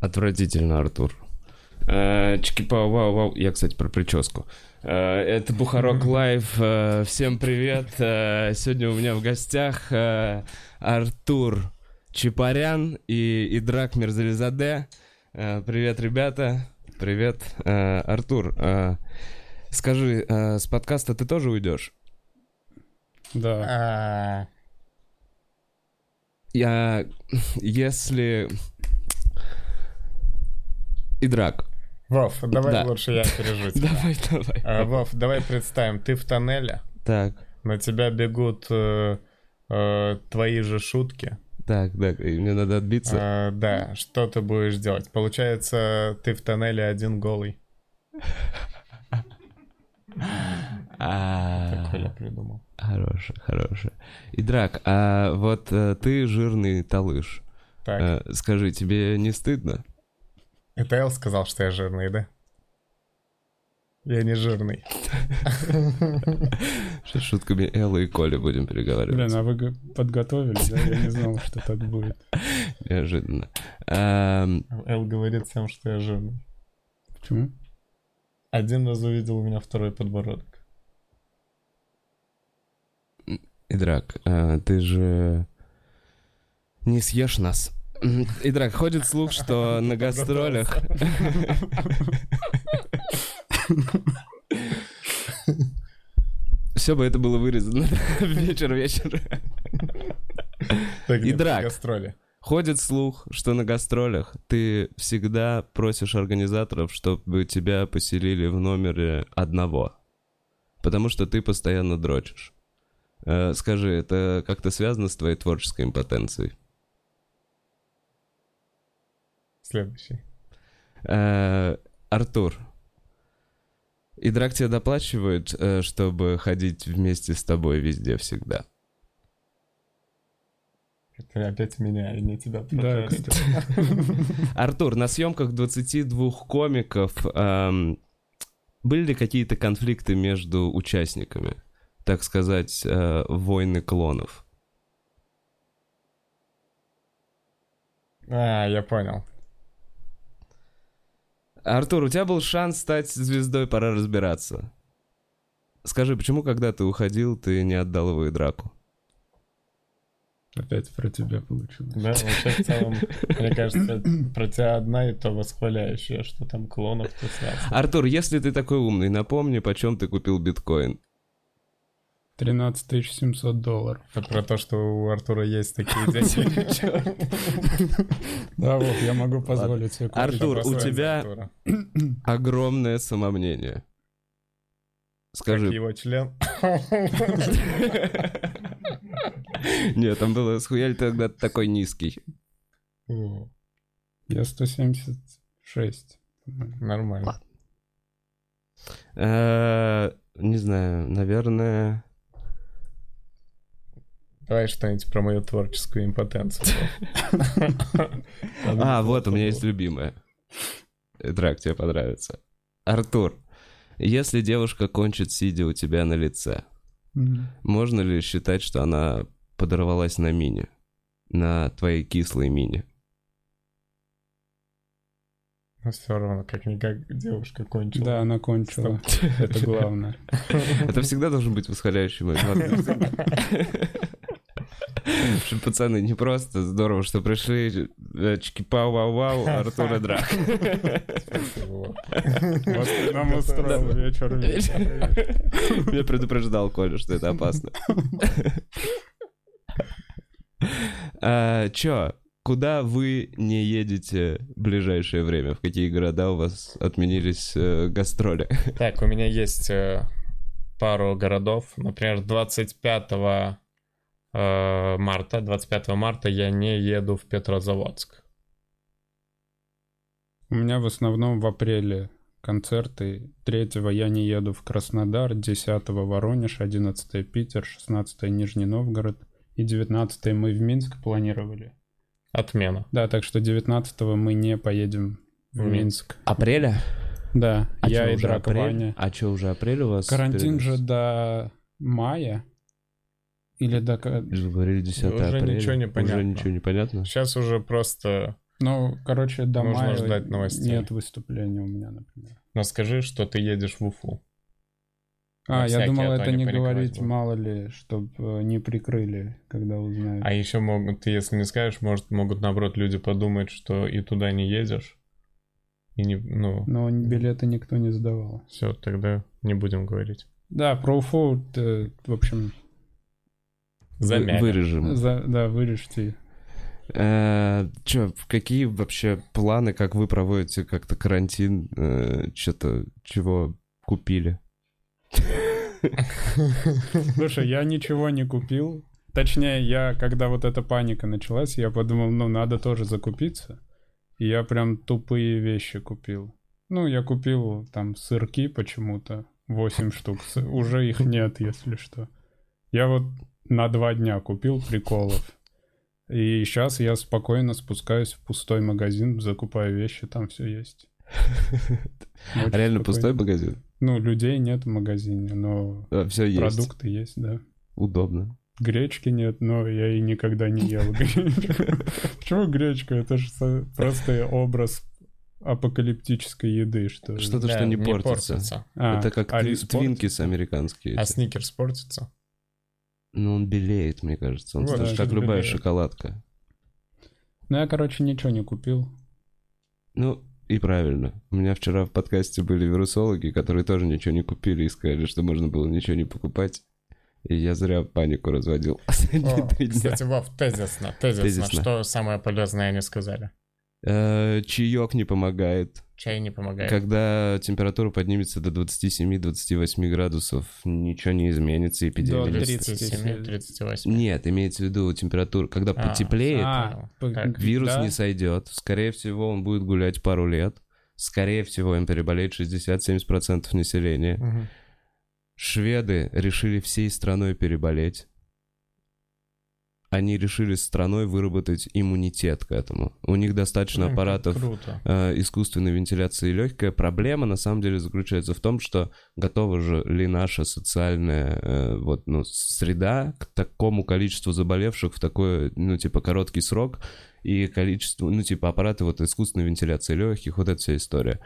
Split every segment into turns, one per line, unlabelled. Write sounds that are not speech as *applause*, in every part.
Отвратительно, Артур. Э, чики пау вау вау Я, кстати, про прическу. Э, Это Бухарок Лайв. Э, Всем привет. Э, Сегодня у меня в гостях э, Артур Чапарян и Идрак Мерзализаде. Э, Привет, ребята. Привет. Э, Артур, э, скажи, э, с подкаста ты тоже уйдешь?
Да.
А,
Я... Если... Идрак.
Вов, давай
Да.
лучше я пережу тебя.
Давай, давай.
А, Вов, давай представим, ты в тоннеле,
Так,
на тебя бегут э, э, твои же шутки.
так, так. и Мне надо отбиться.
А, да, что ты будешь делать? Получается, ты в тоннеле один голый.
А,
А,
Такой я придумал.
Хорошая, хорошая. Идрак, а вот э, ты жирный талыш.
Так,
Э, Скажи, тебе не
*laughs*
стыдно? Э.
это Эл сказал, что я жирный, да? Я не жирный.
Сейчас шутками Элла и Коли будем
Блин,
переговаривать.
а вы г- подготовились, да? Я не знал, что так будет.
*laughs* Неожиданно. Эм,
Эл говорит всем, что я жирный.
Почему?
Один раз увидел у меня второй подбородок.
Идрак, э, ты же не съешь нас. М, Идрак, ходит слух, что
*laughs*
на гастролях... Все бы это было вырезано. *laughs* Вечер-вечер.
Так, нет,
Идрак.
Гастроли.
Ходит слух, что на гастролях ты всегда просишь организаторов, чтобы тебя поселили в номере одного. Потому что ты постоянно дрочишь. Э, скажи, это как-то связано с твоей творческой импотенцией?
Следующий.
Э, Артур, Идрак тебе доплачивает, э, чтобы ходить вместе с тобой везде всегда?
Это опять меня, и не тебя.
Да,
пожалуйста.
Артур, на съемках 22 комиков эм, были ли какие-то конфликты между участниками? Так сказать, э, войны клонов.
А, я понял.
Артур, у тебя был шанс стать звездой, пора разбираться. Скажи, почему, когда ты уходил, ты не отдал его и драку?
опять про тебя получилось.
Да, вообще в целом, мне кажется, про тебя одна и то восхваляющая, что там клонов ты снялся.
Артур, если ты такой умный, напомни, почем ты купил биткоин.
13 700 долларов.
Это про то, что у Артура есть такие деньги.
Да, вот, я могу позволить себе купить.
Артур, у
Обосрать
тебя-
Артура.
Огромное самомнение.
Как
Скажи,
его член.
нет, там было, схуяли ты тогда такой низкий.
О,
Я 176. по-моему.
Нормально.
Э, Не знаю, наверное.
Давай что-нибудь про мою творческую импотенцию.
А, вот у меня есть любимая. Драк, тебе понравится. Артур, если девушка кончит сидя у тебя на лице,
Мгм.
можно ли считать, что она подорвалась на мине? На твоей кислой мине?
Но все Ну, равно, как-никак, девушка кончила.
Да, она кончила. Это главное.
Это всегда должен быть восхваляющий мой Чтобы *laughs* пацаны не просто здорово, что пришли. э, Чики пау вау
*laughs*
вау Артур и Драк.
Вот.
Вот ты нам устроил вечер. вечер.
Я предупреждал Коля, что это опасно. А, Чё, куда вы не едете в ближайшее время? В какие города у вас отменились э, гастроли?
Так, у меня есть э, пару городов. Например, 25 э, марта, 25 марта я не еду в Петрозаводск.
У меня в основном в апреле концерты. 3 я не еду в Краснодар, 10 Воронеж, 11 Питер, 16 Нижний Новгород и 19 мы в Минск планировали.
Отмена.
Да, так что 19 мы не поедем в
В
Минск.
Апреля?
Да, я и Драк Ваня.
А чё, уже апрель у вас?
Карантин же до мая или до... ка-
Говорили 10
Уже
апреля.
ничего не понятно.
Уже ничего не понятно?
Сейчас уже просто
Ну, короче, до
Нужно
мая
ждать новостей.
нет выступления у меня, например.
Но скажи, что ты едешь в Уфу.
А,
На
я
всякий,
думал,
а то
это
они
не
паниковать
говорить,
будут.
мало ли, чтобы не прикрыли, когда узнают.
А еще могут, ты если не скажешь, может, могут наоборот люди подумать, что и туда не едешь. И не, ну,
Но н- билеты никто не сдавал.
все, тогда не будем говорить.
Да, про Уфу, э, в общем,
Замяли.
Вырежем.
за- да, вырежьте.
Э, Чё, какие вообще планы, как вы проводите как-то карантин? Что-то, чего купили?
Слушай, я ничего не купил. Точнее, я, когда вот эта паника началась, я подумал, ну, надо тоже закупиться. И я прям тупые вещи купил. Ну, я купил там сырки почему-то, 8 штук. С- Уже их нет, если что. Я вот на два дня купил приколов. И сейчас я спокойно спускаюсь в пустой магазин, закупаю вещи, там все есть. Очень
Реально
спокойно.
пустой магазин?
Ну, людей нет в магазине, но
Все есть.
продукты есть, да.
Удобно.
Гречки нет, но я и никогда не ел гречку.
*laughs*
Почему гречка? Это же со- просто образ апокалиптической еды, что... ли.
Что-то, что
Да,
не портится.
А,
Это как
а
тви-
рис
твинкис американские.
А
эти.
сникерс портится?
Ну, он белеет, мне кажется. Он
Вот,
тоже
да,
как
что-то
любая
белеет.
шоколадка.
портит? Ну, я, короче, ничего не купил.
Ну, и правильно. У меня вчера в подкасте были вирусологи, которые тоже ничего не купили и сказали, что можно было ничего не покупать. И я зря панику разводил. *laughs* последние
О,
три дня.
Кстати, Вов, тезисно, тезисно,
Тезисно.
Что самое полезное они сказали?
Э, Чаек не помогает.
Чай не помогает.
Когда температура поднимется до 27-28 градусов, ничего не изменится,
До
эпидемия. не
30.
37, 38.
Нет, имеется в виду температура, когда
А,
потеплеет,
А, п-
Так.
вирус
да.
не сойдет. Скорее всего, он будет гулять пару лет. Скорее всего, им переболеет 60-70% населения.
Мгм.
Шведы решили всей страной переболеть. Они решили страной выработать иммунитет к этому. У них достаточно
Блин, как
аппаратов
Ну, Круто.
э, искусственной вентиляции легкая. Проблема на самом деле заключается в том, что готова же ли наша социальная э, вот, ну, среда к такому количеству заболевших в такой, ну, типа, короткий срок и количество, ну, типа, аппараты вот искусственной вентиляции легких, вот эта вся история.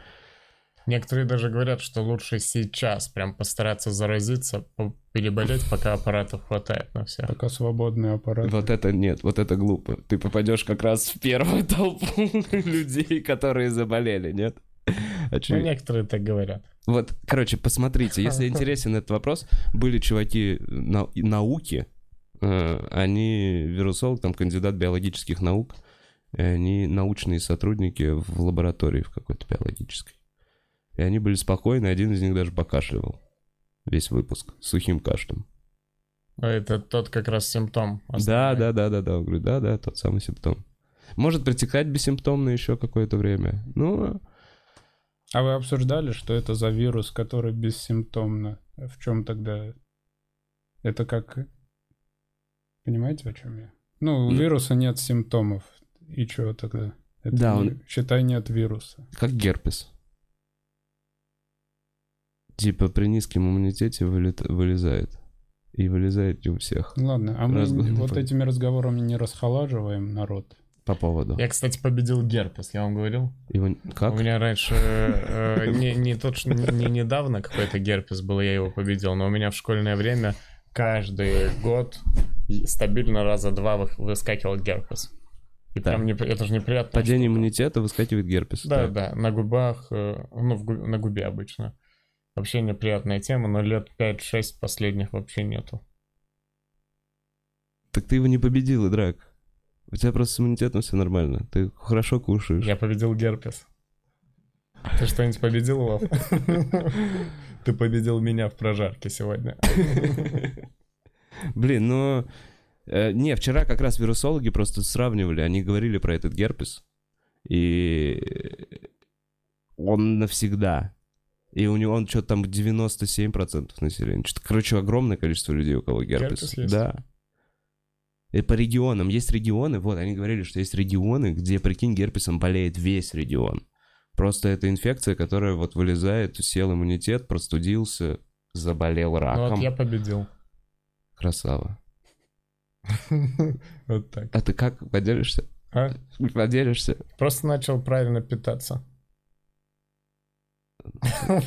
Некоторые даже говорят, что лучше сейчас прям постараться заразиться, по- переболеть, пока аппаратов хватает на всех.
Пока свободный аппарат.
Вот это нет, вот это глупо. Ты попадешь как раз в первую толпу *laughs* людей, которые заболели, нет?
Ну,
Очевидно.
некоторые так говорят.
Вот, короче, посмотрите, если интересен этот вопрос, были чуваки э, нау- науки, э, они вирусолог, там кандидат биологических наук, и они научные сотрудники в лаборатории в какой-то биологической. И они были спокойны, один из них даже покашливал весь выпуск с сухим кашлем.
Но Это тот как раз симптом.
Да,
основной.
да, да, да, да, говорю, да, да, тот самый симптом. Может протекать бессимптомно еще какое-то время. Ну,
А вы обсуждали, что это за вирус, который бессимптомно? В чем тогда? Это как... Понимаете, о чем я? Ну, у
Ну.
вируса нет симптомов. И чего тогда? Это
Да,
не-
он-
Считай, нет вируса.
Как герпес. Типа при низком иммунитете вылет- вылезает. И вылезает не у всех.
Ну ладно, а мы
Раз-
вот этими разговорами не расхолаживаем народ.
По поводу.
Я, кстати, победил герпес, я вам говорил.
Его... н- Как?
У меня раньше э, не, не тот, что- не, не недавно какой-то герпес был, я его победил, но у меня в школьное время каждый год стабильно раза два вы- выскакивал герпес. И
Да.
прям не, это же неприятно.
Падение иммунитета выскакивает герпес.
Да, да, на губах, э, ну, в гу- на губе обычно. Вообще неприятная тема, но лет 5-6 последних вообще нету.
Так ты его не победил, Драк. У тебя просто с иммунитетом все нормально. Ты хорошо кушаешь.
Я победил герпес. Ты что-нибудь победил, Вов?
*laughs*
Ты победил меня в прожарке сегодня.
Блин, но... э, не, вчера как раз вирусологи просто сравнивали, они говорили про этот герпес. И он навсегда. И у него он что-то там 97% населения. Что-то, короче, огромное количество людей, у кого герпес.
Герпес есть?
Да. И по регионам. Есть регионы, вот, они говорили, что есть регионы, где, прикинь, герпесом болеет весь регион. Просто это инфекция, которая вот вылезает, сел иммунитет, простудился, заболел
Ну
раком.
вот я победил.
Красава.
Вот так. *laughs*
А ты как поделишься?
А?
*laughs* Поделишься?
Просто начал правильно питаться. *laughs* Я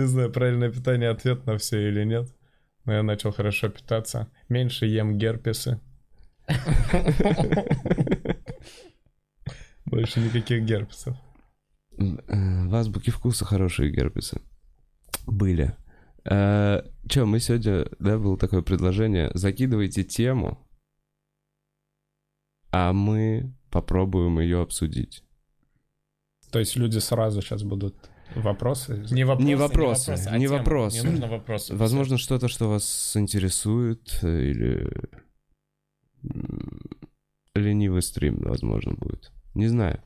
не знаю, правильное питание ответ на все или нет. Но я начал хорошо питаться. Меньше ем герпесы.
Э,
Больше никаких герпесов.
М, э, В азбуке вкуса хорошие герпесы. Были. Э, Че, мы сегодня, да, было такое предложение. Закидывайте тему, а мы попробуем ее обсудить.
То есть люди сразу сейчас будут вопросы.
Не вопросы,
Не вопросы,
а
не
темы.
вопросы.
Не нужно вопросы.
Возможно, что-то, что вас интересует, э, или м, ленивый стрим, возможно, будет. Не знаю.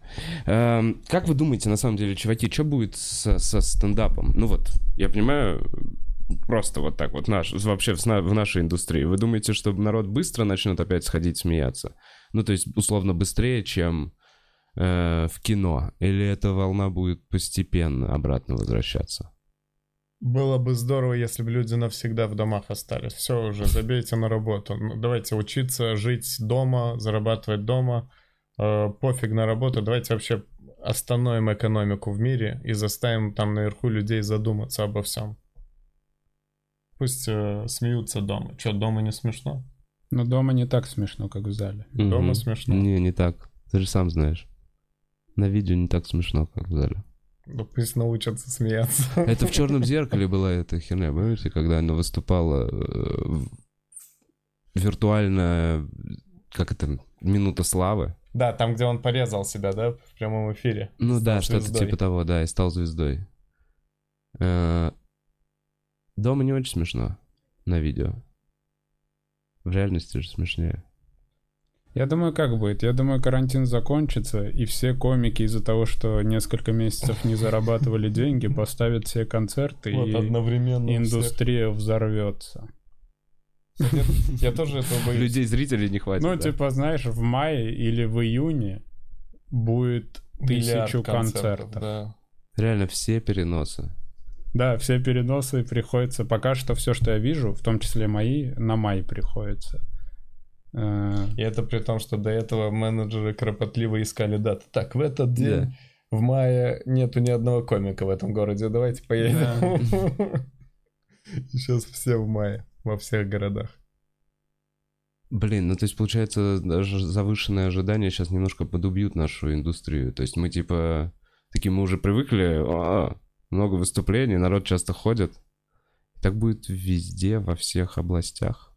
Эм, как вы думаете, на самом деле, чуваки, что будет со, со стендапом? Ну вот, я понимаю, просто вот так вот наш, вообще в, сна- в нашей индустрии. Вы думаете, что народ быстро начнет опять сходить смеяться? Ну, то есть, условно, быстрее, чем э, в кино? Или эта волна будет постепенно обратно возвращаться?
Было бы здорово, если бы люди навсегда в домах остались. Все уже, забейте на работу. Ну, Давайте учиться, жить дома, зарабатывать дома. Э, пофиг на работу. Давайте вообще остановим экономику в мире и заставим там наверху людей задуматься обо всем. Пусть э, смеются дома. Че, дома не смешно?
Но дома не так смешно, как в зале.
Дома
Мгм.
смешно.
Не, не так. Ты же сам знаешь. На видео не так смешно, как в зале.
Да Ну, пусть научатся смеяться. *laughs*
Это в черном зеркале была эта херня, помните, когда она выступала э, в- виртуально, как это, минута славы?
Да, там, где он порезал себя, да, в прямом эфире.
Ну да,
Стал
что-то
звездой.
типа того, да, и стал звездой. Э, Дома не очень смешно на видео. В реальности же смешнее.
Я думаю, как будет? Я думаю, карантин закончится, и все комики из-за того, что несколько месяцев не зарабатывали деньги, поставят все концерты,
Вот
и
одновременно. у всех.
индустрия взорвется.
Я тоже этого боюсь.
Людей, зрителей не хватит.
Ну,
да.
типа, знаешь, в мае или в июне будет
Миллиард
тысячу концертов.
да.
Реально все переносы.
Да, все переносы приходится. Пока что все, что я вижу, в том числе мои, на май приходится. Э,
И это при том, что до этого менеджеры кропотливо искали даты. Так, в этот день,
Да.
в мае, нету ни одного комика в этом городе. Давайте поедем. *laughs* Сейчас все в мае во всех городах.
Блин, ну то есть получается даже завышенные ожидания сейчас немножко подубьют нашу индустрию. То есть мы типа такие мы уже привыкли, «А, много выступлений, народ часто ходит. Так будет везде, во всех областях.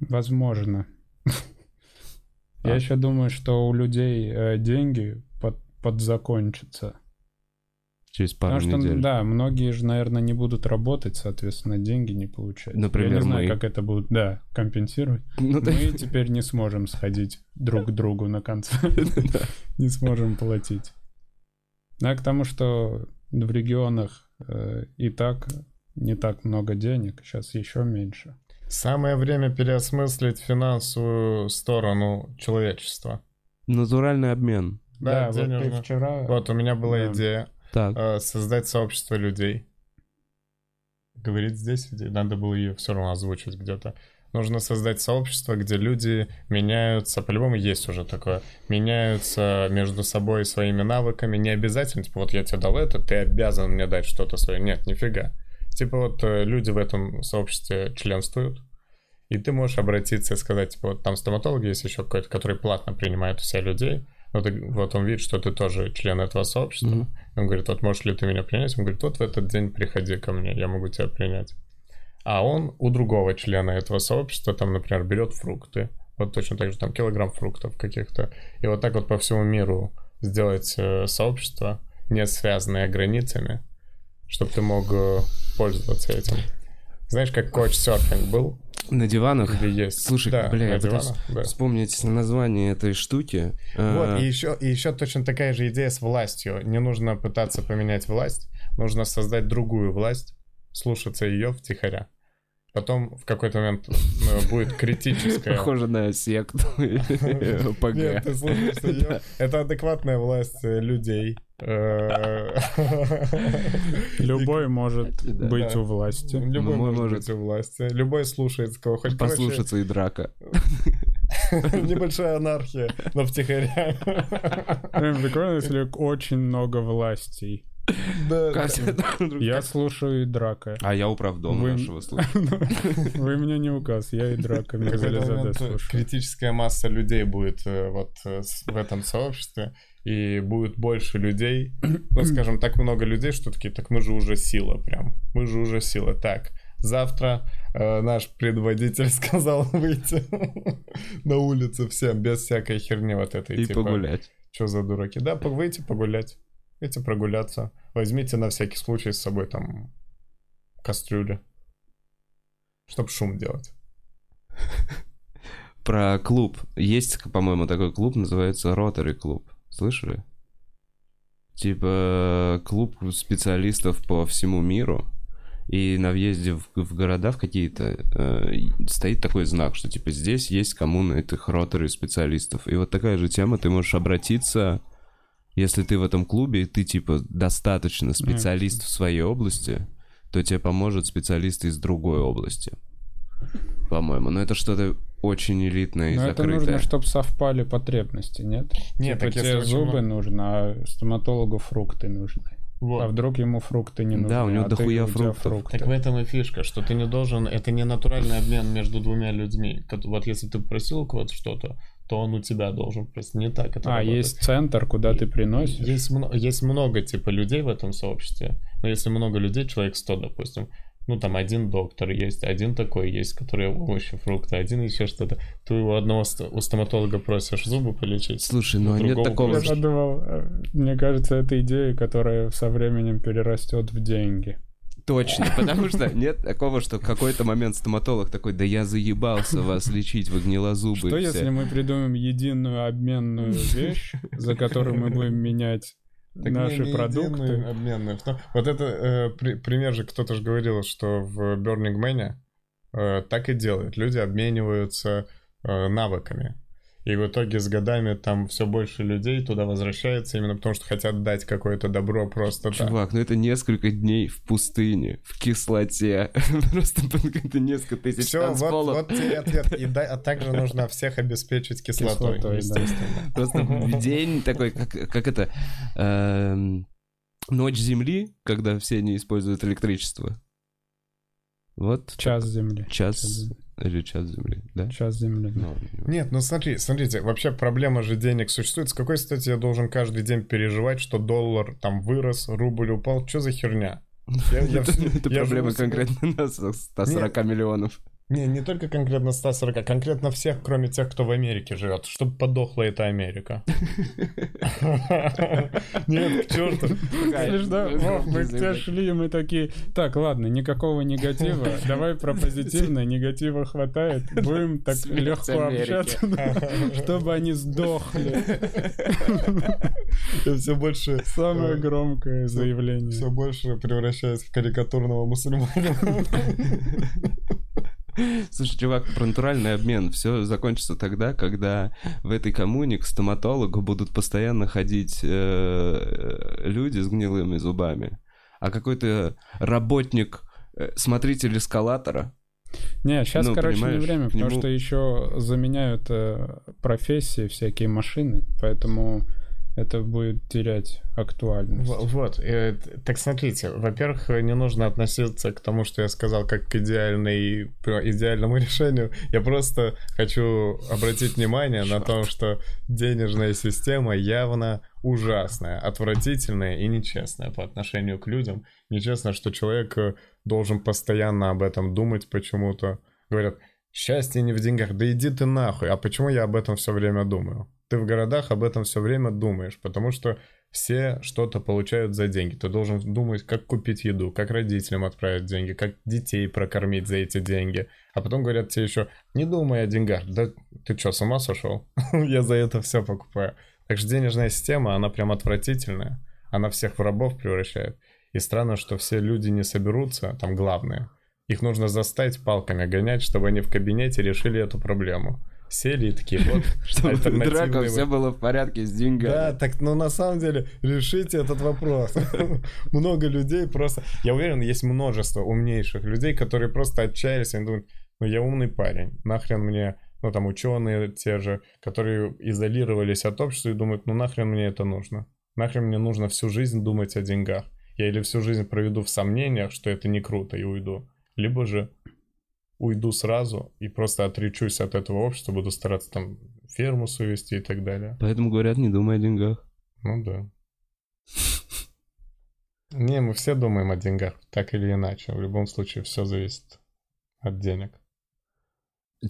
Возможно. *laughs*
А.
Я еще думаю, что у людей э, деньги под- подзакончатся.
Через пару
Потому что,
недель.
да, многие же, наверное, не будут работать, соответственно, деньги не получают. Я
Например,
не знаю,
мы.
как это будет, да, компенсировать.
Ну, да.
Мы теперь не сможем сходить друг к другу на
*laughs*
концерт. Не сможем платить. А к тому, что в регионах э, и так не так много денег, сейчас еще меньше.
Самое время переосмыслить финансовую сторону человечества.
Натуральный обмен.
Да,
вот ты
денежно.
вчера...
Вот у меня была
Да.
идея
Так.
э, создать сообщество людей. Говорит здесь, где- надо было ее все равно озвучить где-то. Нужно создать сообщество, где люди меняются, по-любому есть уже такое, меняются между собой своими навыками. Не обязательно, типа, вот я тебе дал это, ты обязан мне дать что-то свое. Нет, нифига. Типа вот э, люди в этом сообществе членствуют, и ты можешь обратиться и сказать, типа, вот там стоматолог есть еще какой-то, который платно принимает у себя людей. Вот, и- вот он видит, что ты тоже член этого сообщества.
Мгм.
Он говорит, вот можешь ли ты меня принять? Он говорит, вот в этот день приходи ко мне, я могу тебя принять. А он у другого члена этого сообщества, там, например, берет фрукты. Вот точно так же, там, килограмм фруктов каких-то. И вот так вот по всему миру сделать э, сообщество, не связанное границами, чтобы ты мог э, пользоваться этим. Знаешь, как коч-серфинг был?
На диванах.
Где есть...
Слушай,
да,
бля,
на
я пытаюсь
диванах, да.
Вспомнить название этой штуки.
Вот,
Э, *laughs*
и еще, и еще точно такая же идея с властью. Не нужно пытаться поменять власть, нужно создать другую власть, слушаться ее втихаря. Потом в какой-то момент ну, будет критическая...
Похоже на
*laughs*
секту.
Нет, ты
ОПГ.
слушаешься её. Это адекватная власть
*laughs*
э, людей. Э,
Любой может
Да.
быть
Да.
у власти.
Любой
Ну,
может
может.
быть у власти. Любой слушает кого хоть. Короче,
Послушаться и драка.
*laughs* Небольшая анархия,
*laughs*
но втихаря.
Прям Прикольно, если очень много властей.
Да,
Катя,
Я слушаю и драка.
А я управдом
Вы-
нашего слушаю.
*laughs* Вы мне не указ, я и драка
В какой-то
Мирзализаде
момент
слушаю.
критическая масса людей будет э, вот э, с- в этом сообществе, и будет
*clears throat*
больше людей, ну, скажем, так много людей, что такие, так мы же уже сила прям, мы же уже сила, так, завтра э, наш предводитель *laughs* сказал выйти *laughs* на улицу всем, без всякой херни вот этой,
И погулять.
что за дураки, да, по- выйти погулять, выйти прогуляться, возьмите на всякий случай с собой там кастрюли, чтобы шум делать.
Про клуб. Есть, по-моему, такой клуб, называется Ротary клуб. Слышали? Типа клуб специалистов по всему миру. И на въезде в, в города в какие-то э, стоит такой знак, что типа здесь есть коммуна этих ротары специалистов. И вот такая же тема, ты можешь обратиться, если ты в этом клубе, и ты типа достаточно специалист в своей области, то тебе поможет специалист из другой области. По-моему. Но это что-то очень элитное и
Но это
закрытое.
нужно, чтобы совпали потребности, нет?
Нет,
Типа
так если
тебе
очень
зубы
много-
нужно, а стоматологу фрукты нужны.
Вот.
А вдруг ему фрукты не
Да,
нужны?
у него
а ты-
дохуя
у тебя
фруктов.
фрукты.
Так в этом и фишка, что ты не должен, это не натуральный обмен между двумя людьми. Кот- Вот если ты просил у кого-то что-то, то он у тебя должен просто не так. Это
А,
работает.
есть центр, куда ты приносишь?
Есть, мно- есть много типа людей в этом сообществе, но если много людей, человек 100, допустим, ну там один доктор есть, один такой есть, который овощи, фрукты, один еще что-то, ты у одного ст- у стоматолога просишь зубы полечить.
Слушай, ну а нет
Другого
такого,
Я
просто-
что...
подумал, э, мне кажется, это идея, которая со временем перерастет в деньги.
Точно, потому что нет такого, что в какой-то момент стоматолог такой, да я заебался вас лечить, вы гнилозубы.
Что
все».
если мы придумаем
*laughs*
единую обменную вещь, за которую мы будем менять
Так не,
наши
не а
продукты?
единый обменный. Вто- Вот это э, при- пример же, кто-то же говорил, что в Burning Man э, так и делают. Люди обмениваются э, навыками. И в итоге с годами там все больше людей туда возвращается, именно потому что хотят дать какое-то добро просто так.
Чувак, ну это несколько дней в пустыне, в кислоте. *laughs* Просто это несколько тысяч
Все, вот,
танцполов.
вот тебе ответ. И да- а также нужно всех обеспечить кислотой,
Кислотой, да.
естественно.
*laughs* Просто в день такой, как, как это, эм, ночь земли, когда все не используют электричество. Вот
Час земли.
час или час земли, да?
Час земли.
Ну, ладно, не важно.
Нет, ну смотри, смотрите, вообще проблема же денег существует. С какой стати я должен каждый день переживать, что доллар там вырос, рубль упал? Что за херня? Я- я *laughs*
Это *laughs*
всю-
это
я
проблема
живу с-
конкретно нас, 140
*laughs*
миллионов.
Не, не только конкретно 140, конкретно всех, кроме тех, кто в Америке живет. Чтобы подохла эта Америка. *laughs* Нет, к черту.
Слышь,
*laughs*
да, Вов, мы к тебе шли, и мы такие, так, ладно,
*laughs*
никакого негатива, давай про позитивное, негатива хватает, будем так
Смерть
легко
Америки. *laughs*
общаться, чтобы они сдохли.
Я все больше...
Самое громкое
Все
заявление.
больше превращаюсь в карикатурного мусульманина.
Слушай, чувак, про натуральный обмен. Все закончится тогда, когда в этой коммуне к стоматологу будут постоянно ходить э, люди с гнилыми зубами, а какой-то работник, э, смотритель эскалатора.
Не, сейчас,
Ну,
короче, не
понимаешь,
время,
к
потому
нему-
что еще заменяют э, профессии всякие машины, поэтому это будет терять актуальность.
В- Вот, э, т- так смотрите, во-первых, не нужно относиться к тому, что я сказал, как к идеальной, пр- идеальному *laughs* решению. Я просто хочу обратить внимание на то, что денежная система явно ужасная, отвратительная и нечестная по отношению к людям. Нечестно, что человек э, должен постоянно об этом думать почему-то. Говорят, счастье не в деньгах, да иди ты нахуй, а почему я об этом все время думаю? Ты в городах об этом все время думаешь, потому что все что-то получают за деньги. Ты должен думать, как купить еду, как родителям отправить деньги, как детей прокормить за эти деньги. А потом говорят тебе еще, не думай о деньгах. Да ты что, с ума сошел? *laughs* Я за это все покупаю. Так что денежная система, она прям отвратительная. Она всех в рабов превращает. И странно, что все люди не соберутся, там главное. Их нужно заставить палками гонять, чтобы они в кабинете решили эту проблему. Сели и такие, вот
*laughs* Чтобы
альтернативный
драка,
вариант».
все было в порядке с деньгами.
Да, так, но на самом деле решите этот вопрос. *laughs* Много людей просто... Я уверен, есть множество умнейших людей, которые просто отчаялись и думают, ну я умный парень, нахрен мне ну там ученые те же, которые изолировались от общества и думают, ну нахрен мне это нужно? Нахрен мне нужно всю жизнь думать о деньгах? Я или всю жизнь проведу в сомнениях, что это не круто и уйду, либо же уйду сразу и просто отречусь от этого общества, буду стараться там ферму совести и так далее.
Поэтому говорят, не думай о деньгах.
Ну да. Не, мы все думаем о деньгах, так или иначе. В любом случае, все зависит от денег.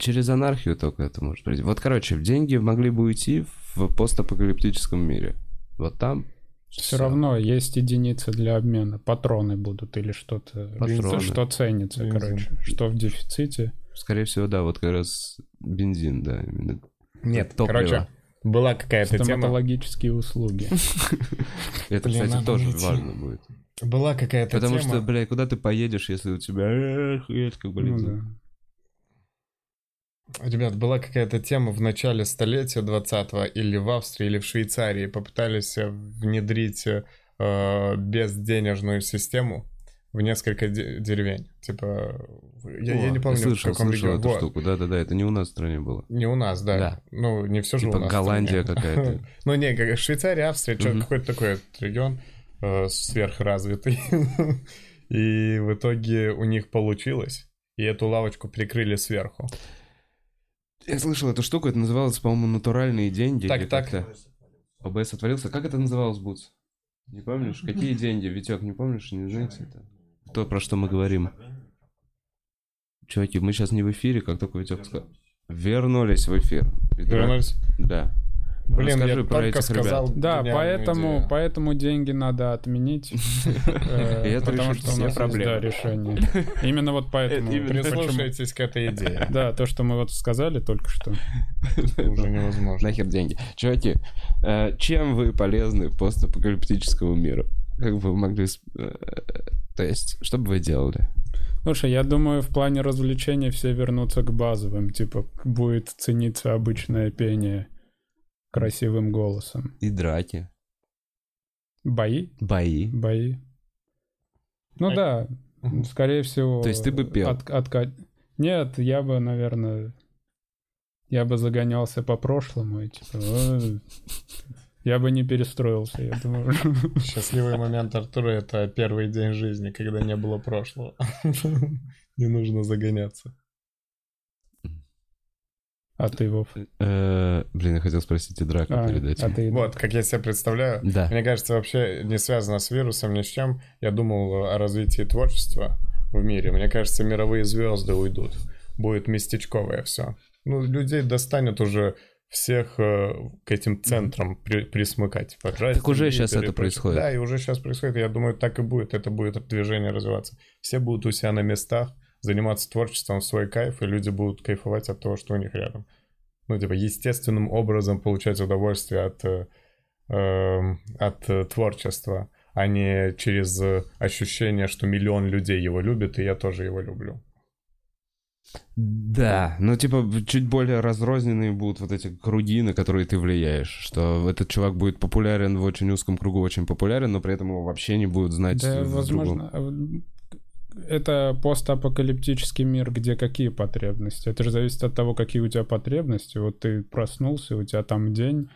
Через анархию только это может прийти. Вот, короче, деньги могли бы уйти в постапокалиптическом мире. Вот там
Все равно есть единицы для обмена. Патроны будут или что-то,
Патроны.
что ценится,
Бензин.
короче. Что в дефиците.
Скорее всего, да, вот как раз бензин, да, именно.
Нет,
Топливо.
короче, была какая-то тема.
Стоматологические услуги.
Это,
Блин,
кстати,
надо
тоже
найти.
важно будет.
Была какая-то
Потому
тема.
что, бля, куда ты поедешь, если у тебя эх, эх, как бы
Ну
летит?
да.
Ребят, была какая-то тема в начале столетия 20-го, или в Австрии, или в Швейцарии, попытались э, внедрить э, безденежную систему в несколько де- деревень. Типа, я, я
О,
не помню,
слышал,
в каком
слышал
регионе.
эту
Вот.
штуку, да-да-да, это не у нас в стране было.
Не у нас, да.
Да.
Ну, не все же у
Типа
нас.
Голландия
стране. *laughs*
какая-то.
Ну, не, как- Швейцария, Австрия, чё-
Мгм.
какой-то такой этот регион э, сверхразвитый. *laughs* И в итоге у них получилось. И эту лавочку прикрыли сверху.
Я слышал эту штуку, это называлось, по-моему, натуральные деньги.
Так,
или
так.
как-то. ОБС отвалился. Как это называлось, Буц? Не *laughs* помнишь? Какие деньги? Витек, не помнишь? Не знаете это? То, про что мы говорим. Чуваки, мы сейчас не в эфире, как только Витек сказал. Вернулись в эфир. Итак,
Вернулись.
Да.
Блин,
Расскажи
я
про
только
этих ребят.
сказал.
Да,
гениальную
поэтому,
идею. Э,
поэтому деньги надо
*laughs*
отменить,
И
э,
это
потому
решит
что у
все
нас есть
проблемы. *laughs*
да, решение. Именно вот поэтому.
Это
Э,
именно.
Почему-
Прислушайтесь к этой идее.
*laughs*
Да, то, что мы вот сказали только что.
Уже невозможно.
Нахер деньги. Чуваки, э, чем вы полезны постапокалиптическому миру? Как бы вы могли... с- э, То есть, что бы вы делали?
Слушай, я думаю, в плане развлечений все вернутся к базовым. Типа, будет цениться обычное пение красивым голосом.
И драки.
Бои?
Бои.
Бои. Ну да,
Мгм.
скорее всего...
То есть ты бы пел?
от- отка- Нет, я бы, наверное... Я бы загонялся по прошлому и типа... «Ой». Я бы не перестроился, я думаю.
*laughs* Счастливый момент Артура — это первый день жизни, когда не было прошлого. *laughs* Не нужно загоняться.
А ты, Вов?
Э, Блин, я хотел спросить и драку
А,
перед
а
этим.
ты...
Вот, как я себе представляю,
Да.
Мне кажется, вообще не связано с вирусом ни с чем. Я думал о развитии творчества в мире. Мне кажется, мировые звезды уйдут. Будет местечковое все. Ну, людей достанет уже всех э, к этим центрам при- присмыкать. типа, «Здрасте,
Так уже
Питер»
щас
и
это
прочее.
происходит.
Да, и уже сейчас происходит. Я думаю, так и будет. Это будет движение развиваться. Все будут у себя на местах заниматься творчеством в свой кайф, и люди будут кайфовать от того, что у них рядом. Ну, типа, естественным образом получать удовольствие от э, эм, от э, творчества, а не через э, ощущение, что миллион людей его любят, и я тоже его люблю.
Да, ну типа чуть более разрозненные будут вот эти круги, на которые ты влияешь, что этот чувак будет популярен в очень узком кругу, очень популярен, но при этом его вообще не будут знать э,
Да,
в другом.
возможно. а Это постапокалиптический мир, где какие потребности. Это же зависит от того, какие у тебя потребности. Вот ты проснулся, у тебя там день.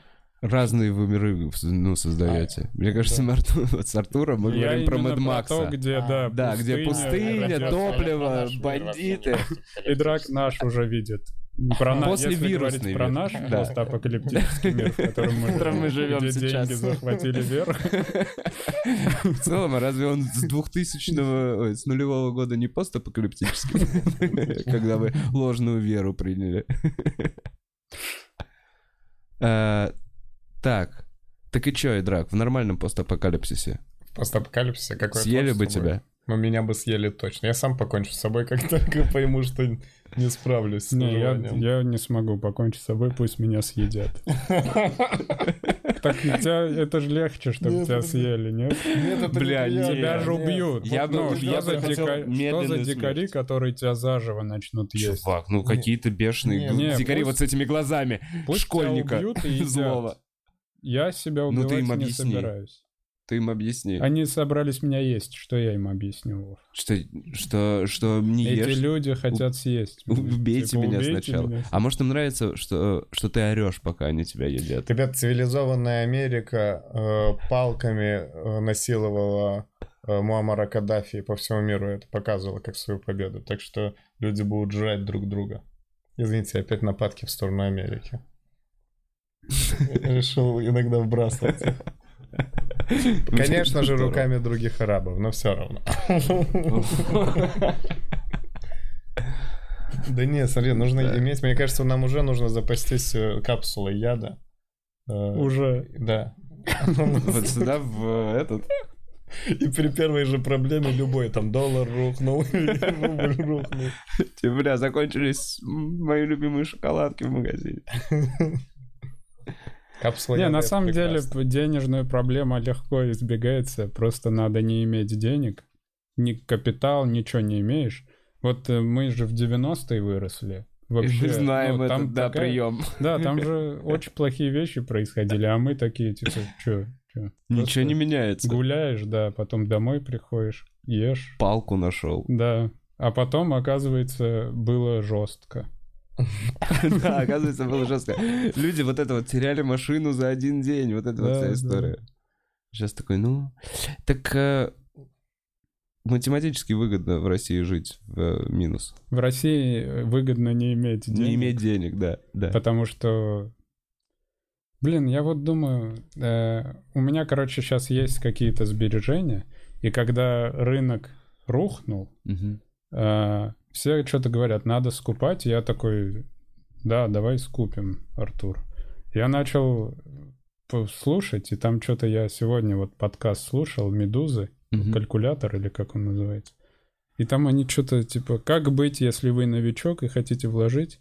Разные вы миры ну, создаете. Мне кажется, мы Арту- *laughs* вот с Артуром мы
Я
говорим про
именно
Мэд
то,
Макса.
где,
А,
да,
да, где пустыня,
радиация,
топливо, бандиты.
И драк наш уже видит. Про на-
После
если
вирусный
говорить про
мир.
наш
Да.
постапокалиптический мир, в котором мы,
В котором мы живем
где
сейчас.
деньги захватили вверх.
В целом, а разве он с 2000 ой, с нулевого года не постапокалиптическим, *laughs* когда вы ложную веру приняли? Э, Так, так и чё, Идрак, в нормальном постапокалипсисе
Постапокалипсисе какое
съели бы
творчество будет?
тебя?
Ну, меня бы съели точно. Я сам покончу с собой, *laughs* как только пойму, что не справлюсь с
Не, я,
выживанием.
я не смогу покончить с собой, пусть меня съедят. Так у тебя- это же легче, чтобы
Нет,
тебя
это-
съели, нет?
Нет, это
Бля,
неприятно.
не,
Тебя же
нет.
убьют.
Я
Вот,
бы-
ну,
я
что
бы
за
хотел
дикари- Что за
медленную
дикари,
смерть.
которые тебя заживо начнут есть?
Чувак, ну какие-то бешеные
Не,
г-
не,
дикари вот
пусть-
с этими глазами
Пусть тебя
школьника
убьют и едят.
злого.
Я себя
Ну,
убивать
ты им
не
объясни.
собираюсь.
Ты им объясни.
Они собрались меня есть, что я им объясню, Вов?
Что, что, что не
Эти
ешь.
люди хотят съесть.
*laughs* Убейте
Типа,
меня
убейте
сначала.
меня.
А может им нравится, что, что ты орешь, пока они тебя едят?
Тебя цивилизованная Америка э, палками э, насиловала э, Муаммара Каддафи и по всему миру это показывала как свою победу. Так что люди будут жрать друг друга. Извините, опять нападки в сторону
*laughs*
Америки. Решил иногда вбрасывать. Ну, Конечно
*laughs*
же,
Здорово.
руками других арабов, но все равно.
*laughs*
Да не, смотри, нужно
Да.
иметь... Мне кажется, нам уже нужно запастись э, капсулой яда. Э,
Уже.
Да. *laughs*
Вот сюда, в этот...
И при первой же проблеме любой там доллар рухнул, *laughs* рубль рухнул.
Типа, бля, закончились мои любимые шоколадки в магазине.
Капсула
Не,
яда
на
это
самом деле
прекрасно.
п- денежную проблему легко избегается, просто надо не иметь денег, ни капитал, ничего не имеешь. Вот э, мы же в 90-е выросли.
И
Вообще,
мы знаем
ну,
этот,
там
да,
такая-
прием.
Да, там
*laughs*
же очень плохие вещи происходили, а мы такие, типа, чё, чё,
Ничего не меняется.
гуляешь, да, потом домой приходишь, ешь,
Палку нашел.
да. А потом, оказывается, было жестко.
*laughs* Да, оказывается, было жестко. Люди вот это вот теряли машину за один день. Вот эта вот
Да,
вся
да.
история. Сейчас такой, ну... Так э, математически выгодно в России жить в э, минус.
В России э, выгодно не иметь денег.
Не иметь денег, да. да.
Потому что, блин, я вот думаю, э, у меня, короче, сейчас есть какие-то сбережения, и когда рынок рухнул,
Мгм.
э, все что-то говорят, надо скупать, я такой, да, давай скупим, Артур. Я начал п- слушать, и там что-то я сегодня вот подкаст слушал, «Медузы»,
Мгм. *laughs*
калькулятор или как он называется. И там они что-то типа, как быть, если вы новичок и хотите вложить?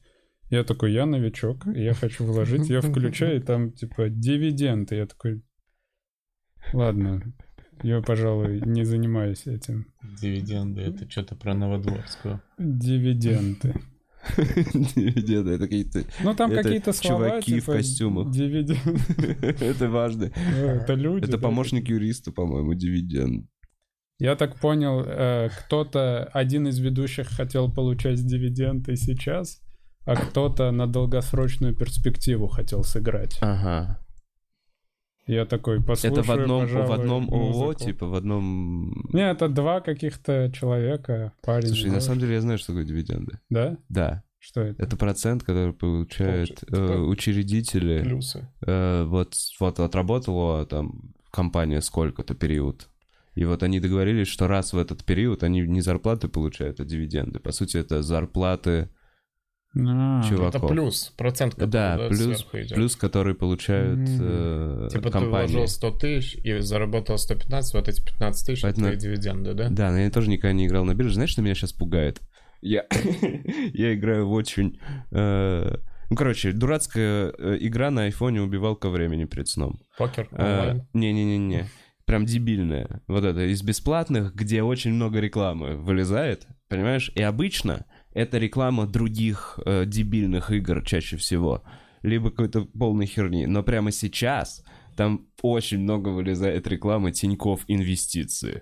Я такой, я новичок, и я хочу вложить, я включаю, и там типа дивиденды. Я такой, ладно, я, пожалуй, не занимаюсь этим.
Дивиденды, это что-то про Новодворскую.
Дивиденды.
Дивиденды, это какие-то... *laughs*
Ну там
Это
какие-то слова,
чуваки в
типа,
костюмах.
*laughs* Дивиденды.
Это важно.
Это люди.
Это
да.
помощник юриста, по-моему, дивиденд.
Я так понял, э, кто-то, один из ведущих хотел получать дивиденды сейчас, а кто-то на долгосрочную перспективу хотел сыграть.
Ага.
Я такой, послушаю,
это в одном, в
пожалуй,
одном ООО,
музыку».
типа, в одном...
Не, это два каких-то человека, парень.
Слушай,
да.
на самом деле я знаю, что такое дивиденды.
Да?
Да.
Что это?
Это процент, который получают
Получ-
э,
такой-
учредители.
Плюсы.
Э, вот, вот отработала там компания сколько-то период. И вот они договорились, что раз в этот период они не зарплаты получают, а дивиденды. По сути, это зарплаты
А,
Это
чуваков.
плюс, процент, который
Да,
да,
плюс-
сверху идет.
Плюс, которые получают
Мгм.
э,
Типа ты
компании.
вложил 100 тысяч и заработал 115, вот эти 15 тысяч, это
Поэтому-
твои дивиденды, да?
Да, но я тоже никогда не играл на бирже. Знаешь, что меня сейчас пугает? Я, *laughs* я играю в очень... э, Ну, короче, дурацкая э, игра на айфоне «Убивалка времени перед сном».
Покер
Э,
онлайн.
Не-не-не-не. Прям дебильная. Вот это из бесплатных, где очень много рекламы вылезает, понимаешь? И обычно это реклама других э, дебильных игр чаще всего. Либо какой-то полной херни. Но прямо сейчас там очень много вылезает рекламы Тиньков Инвестиции.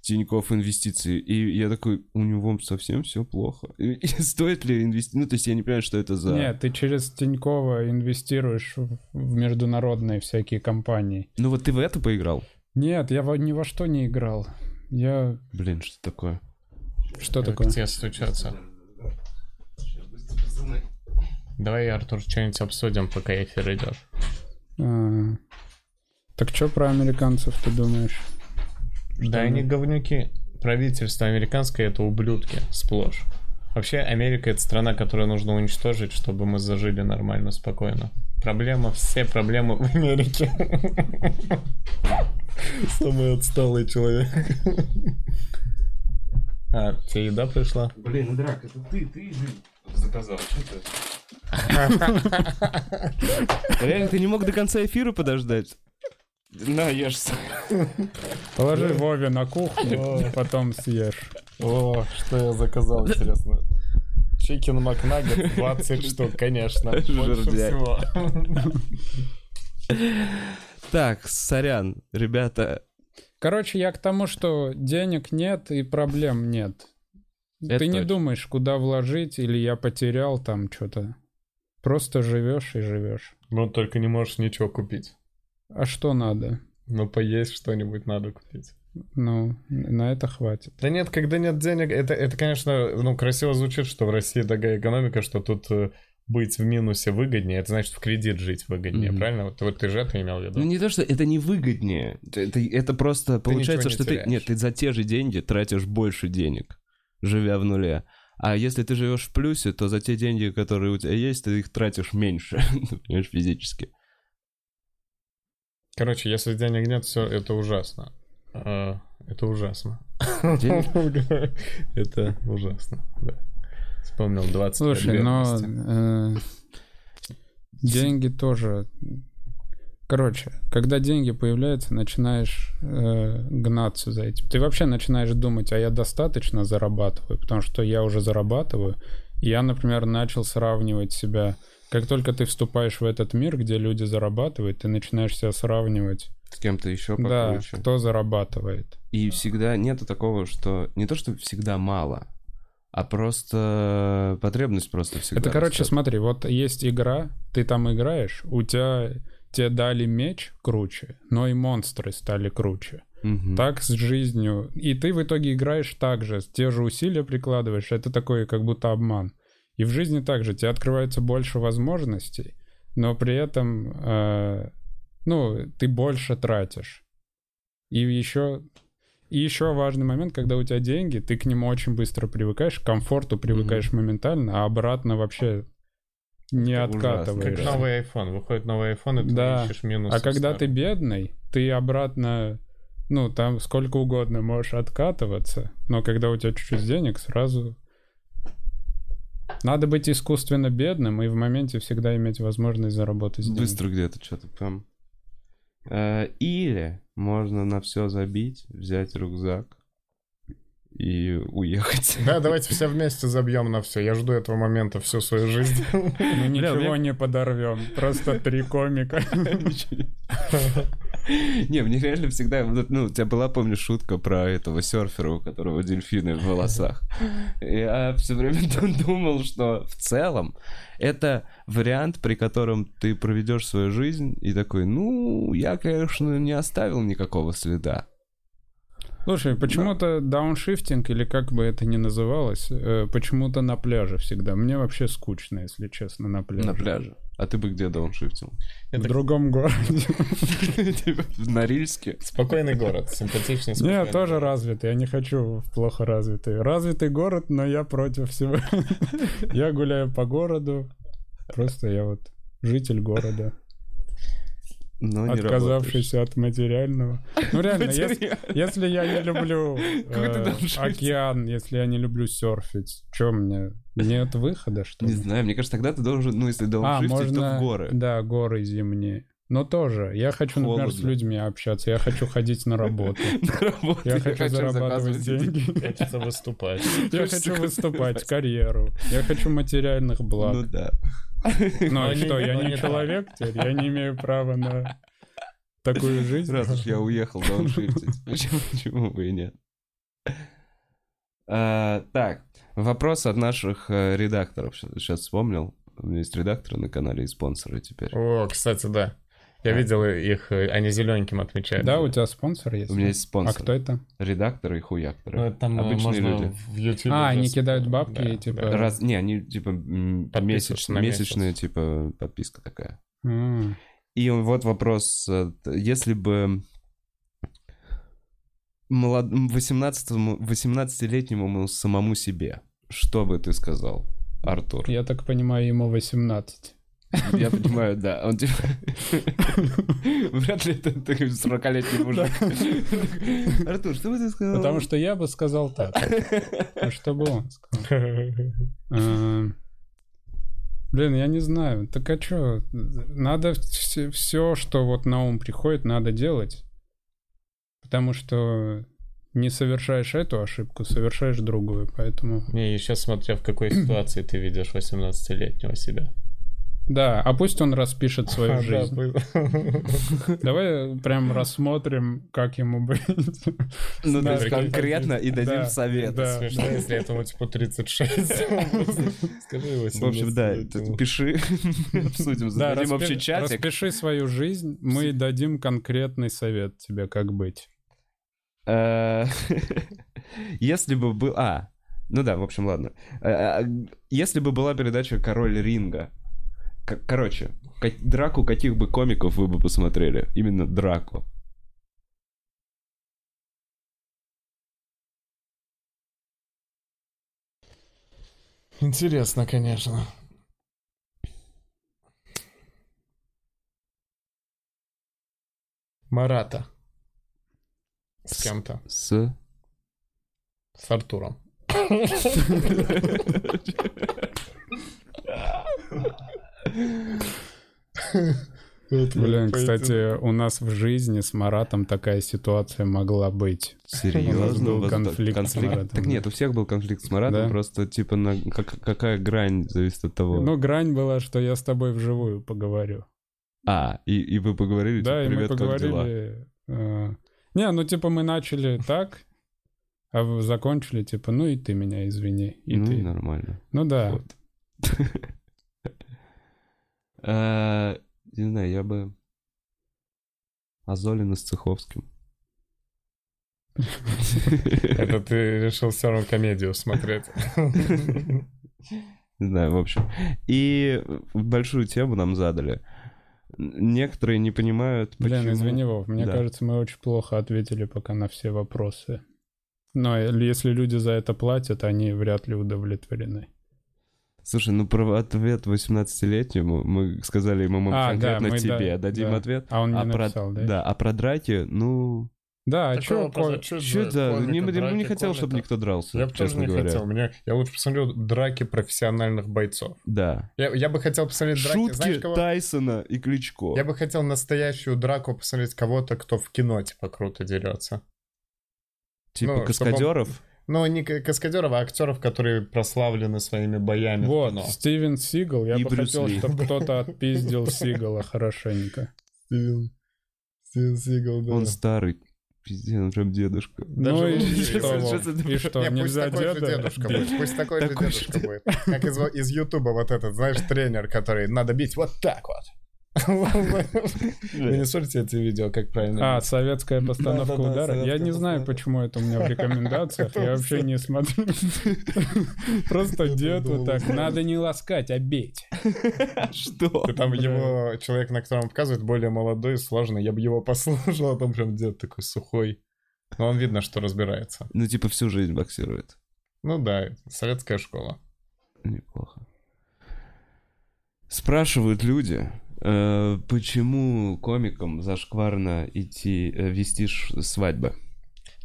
Тиньков инвестиции. И я такой, у него совсем все плохо. И- *laughs* и стоит ли инвестировать? Ну, то есть я не понимаю, что это за...
А. Нет, ты через Тинькова инвестируешь в в международные всякие компании.
Ну вот ты в это поиграл?
Нет, я во- ни во что не играл. Я...
Блин, что такое?
Что
Как
такое?
тебе стучаться? Давай, Артур, что-нибудь обсудим, пока эфир идешь.
А, Так что про американцев ты думаешь?
Да, они говнюки. Правительство американское это ублюдки сплошь. Вообще, Америка это страна, которую нужно уничтожить, чтобы мы зажили нормально, спокойно. Проблема, все проблемы в Америке. Самый отсталый человек. А, тебе еда пришла?
Блин, Драк, это ты, ты заказал. *laughs* Реально, ты не мог до конца эфира подождать? На, ешься.
Положи Вове
*laughs*
на кухню, потом съешь.
О, что я заказал, интересно. Чикен Макнаггет 20 штук, конечно.
больше Жердяй.
всего. *laughs*
Так, сорян, ребята,
Короче, я к тому, что денег нет и проблем нет.
Это
Ты не
точно.
думаешь, куда вложить, или я потерял там что-то. Просто живешь и живешь.
Ну, только не можешь ничего купить.
А что надо?
Но поесть что-нибудь надо купить.
Ну, на это хватит.
Да нет, когда нет денег, это, это конечно, ну, красиво звучит, что в России такая экономика, что тут э, быть в минусе выгоднее, это значит в кредит жить выгоднее,
Мгм.
правильно? Вот, вот ты же это имел в виду?
Ну не то, что это невыгоднее. Это, это просто получается,
ничего не
что ты...
теряешь.
Нет, ты за те же деньги тратишь больше денег, живя в нуле. А если ты живешь в плюсе, то за те деньги, которые у тебя есть, ты их тратишь меньше, *laughs* понимаешь, физически.
Короче, если денег нет, все это ужасно. Э, Это ужасно.
Денег-
*laughs* Это ужасно, да. Вспомнил 20
Слушай,
лет
но
бедности.
э, деньги тоже. Короче, когда деньги появляются, начинаешь э, гнаться за этим. Ты вообще начинаешь думать, а я достаточно зарабатываю, потому что я уже зарабатываю. И Я, например, начал сравнивать себя. Как только ты вступаешь в этот мир, где люди зарабатывают, ты начинаешь себя сравнивать.
С кем-то еще
да,
покруче.
кто зарабатывает.
И всегда нету такого, что не то, что всегда мало, а просто потребность просто всегда.
Это, короче,
растет.
смотри, вот есть игра, ты там играешь, у тебя тебе дали меч круче, но и монстры стали круче.
Мгм.
Так с жизнью. И ты в итоге играешь так же, те же усилия прикладываешь, это такой как будто обман. И в жизни также тебе открывается больше возможностей, но при этом, э, ну, ты больше тратишь. И еще, и еще важный момент, когда у тебя деньги, ты к нему очень быстро привыкаешь, к комфорту привыкаешь моментально, а обратно вообще не
Это ужасно.
откатываешь.
Как
Да.
новый iPhone. Выходит новый iPhone, и ты
Да.
ищешь минус.
А когда ты бедный, ты обратно, ну, там сколько угодно можешь откатываться, но когда у тебя чуть-чуть денег, сразу... Надо быть искусственно бедным и в моменте всегда иметь возможность заработать деньги.
Быстро где-то что-то прям. Э, Или можно на все забить, взять рюкзак и уехать.
Да, давайте все вместе забьем на все. Я жду этого момента всю свою *laughs* жизнь.
Ну,
Бля,
ничего
мне-
не подорвем, просто три комика.
Не, мне реально всегда... вот, Ну, у тебя была, помню, шутка про этого серфера, у которого дельфины в волосах. Я все время *laughs* думал, что в целом это вариант, при котором ты проведешь свою жизнь и такой, ну, я, конечно, не оставил никакого следа.
Слушай, почему-то дауншифтинг, или как бы это ни называлось, э, почему-то на пляже всегда. Мне вообще скучно, если честно, на пляже.
На пляже. А ты бы где дауншифтил?
В другом городе.
Типа В Норильске?
Спокойный город, симпатичный.
Не, я
спокойный
тоже
город.
развитый, я не хочу в плохо развитый. Развитый город, но я против всего.
*laughs*
Я гуляю по городу, просто я вот житель города,
Но Ну, не *laughs* работаешь.
отказавшийся от материального. Ну реально, ес- если я не люблю
*laughs* Какой ты
э,
дауншифтер.
океан, если я не люблю серфить, что мне, нет выхода, что
Не
ли?
знаю, мне кажется, тогда ты должен, ну, если
А,
дауншифтить, то
можно...
в горы.
Да, горы зимние. Но тоже, я хочу, например, с
Холодно.
людьми общаться, я хочу ходить
*laughs*
на работу,
На работу
я хочу зарабатывать деньги.
Хочется выступать.
Я
Хочется
хочу выступать, карьеру. Я хочу материальных
Ну
благ.
да.
Ну
но
и
не-
что, я
но не
не
так.
человек теперь? Я не имею права на такую жизнь?
Раз уж я уехал дауншифтить, почему, почему бы и нет? А, так, вопрос от наших э, редакторов. Сейчас вспомнил. У меня есть редакторы на канале и спонсоры теперь.
О, кстати, да. Я видел их, э, они зелененьким отмечают.
Да, у тебя спонсор есть?
У меня есть
А кто
спонсоры.
это?
Редакторы и хуякторы.
Ну, это там э,
Обычные
можно
люди.
в YouTube
А,
уже
они
с-
кидают бабки
да,
и типа-
да.
Раз, не, они типа м, месяч,
Подписываются на месяц.
месячная типа подписка такая.
М.
И вот вопрос, э, т- если бы молод... 18 18-летнему самому себе, что бы ты сказал, Артур? *laughs*
Я так понимаю, ему 18.
Я понимаю, да. Он типа... *laughs* Вряд ли это такой 40-летний мужик. *laughs* Артур, что бы ты сказал?
Потому что я бы
*laughs*
сказал так. А что бы он сказал?
*laughs*
Эм, Блин, я не знаю. Так а чё? Надо все, что вот на ум приходит, надо делать. Потому что не совершаешь эту ошибку, совершаешь другую. Поэтому
*clears throat*
Не, еще смотря в какой ситуации ты видишь 18-летнего себя.
Да, а пусть
*laughs*
он распишет свою
Да,
жизнь. Давай э, прям рассмотрим, как
*laughs*
ему быть.
Ну, то
Да,
есть
прикольно.
конкретно и дадим
Да,
совет.
*laughs*
да.
Смешно, если этому
*laughs*
типа 36. Скажи его
В общем, да, ты пиши, *laughs* обсудим,
Да,
зададим
распи-
общий чатик.
Распиши свою жизнь, мы дадим конкретный совет тебе, как быть.
Э, *laughs* Если бы был... А, ну да, в общем, ладно. Э, Если бы была передача «Король ринга», к- короче, ка- драку каких бы комиков вы бы посмотрели? Именно драку.
Интересно, конечно. Марата. С кем-то.
С...
С Артуром.
Блин, кстати, у нас в жизни с Маратом такая ситуация могла быть.
Серьезно?
У нас был
У вас
конфликт с Маратом,
Так
да.
нет, у всех был конфликт с Маратом,
Да?
просто типа на... как- какая грань зависит от того.
Ну, грань была, что я с тобой вживую поговорю.
А, и, и вы поговорили,
Да, и
типа,
мы
привет, как дела?
поговорили. э, Не, ну типа
*laughs*
мы начали так, а в- закончили, типа, ну и ты меня извини, и
ну,
ты.
нормально.
Ну да.
Вот. *laughs* Э, Не знаю, я бы... Азолина с Цеховским. *laughs*
Это ты решил все равно комедию смотреть.
Не знаю, в общем. И большую тему нам задали. Некоторые не понимают, почему...
Блин, извини, Вов, мне
Да.
кажется, мы очень плохо ответили пока на все вопросы. Но э, если люди за это платят, они вряд ли удовлетворены.
Слушай, ну про ответ 18-летнему мы сказали ему мы
А, да,
конкретно
мы, да,
тебе дадим
да.
ответ.
А он не
А про,
написал, да?
да, а про драки, ну...
Да, а
Такой
чё,
вопрос, а
Коль?
чё
Чё
за
да,
комика,
не, ну, не
драки
хотел, чтобы
комиков?
никто дрался,
Я бы тоже
честно
не
говоря.
хотел. Мне- Я лучше посмотрю драки профессиональных бойцов.
Да.
Я, я бы хотел посмотреть драки,
Шутки
знаешь, кого?
Тайсона и Кличко.
Я бы хотел настоящую драку посмотреть кого-то, кто в кино, типа, круто дерется.
Типа
ну, чтоб он-
каскадеров.
Но не к- каскадеров, а актеров, которые прославлены своими боями в
Вот,
кино.
Стивен Сигал, я
И
бы
Брюс
хотел,
Ли. *laughs*
чтобы кто-то отпиздил Сигала хорошенько.
Стивен, Стивен Сигал, да.
Он старый. Пиздец, он прям дедушка.
Ну
Даже
и
лучше,
что,
если
Вов?
честно,
И что,
Не, пусть
нельзя
такой же
деда?
дедушка
бить?
будет, пусть такой,
Такой
же
же
дедушка будет. Как из, из Ютуба вот этот, знаешь, тренер, который надо бить вот так вот. Вы
*laughs*
не смотрите эти видео, как правильно?
А, советская постановка
Да-да-да,
удара. я
советская
не знаю,
постановка.
почему это у меня
*laughs*
в рекомендациях. Я вообще не смотрю. Просто
Я
дед
так
вот так.
думал.
Надо не ласкать, а бить.
Что?
И там
Бля.
его человек, на котором показывает, более молодой, сложный. Я бы его *laughs* послушал, а там прям дед такой сухой. Но он видно, что разбирается.
Ну, типа, всю жизнь боксирует.
Ну да, советская школа.
Неплохо. Спрашивают люди, э, почему комикам зашкварно идти, э, вести ш- свадьбы?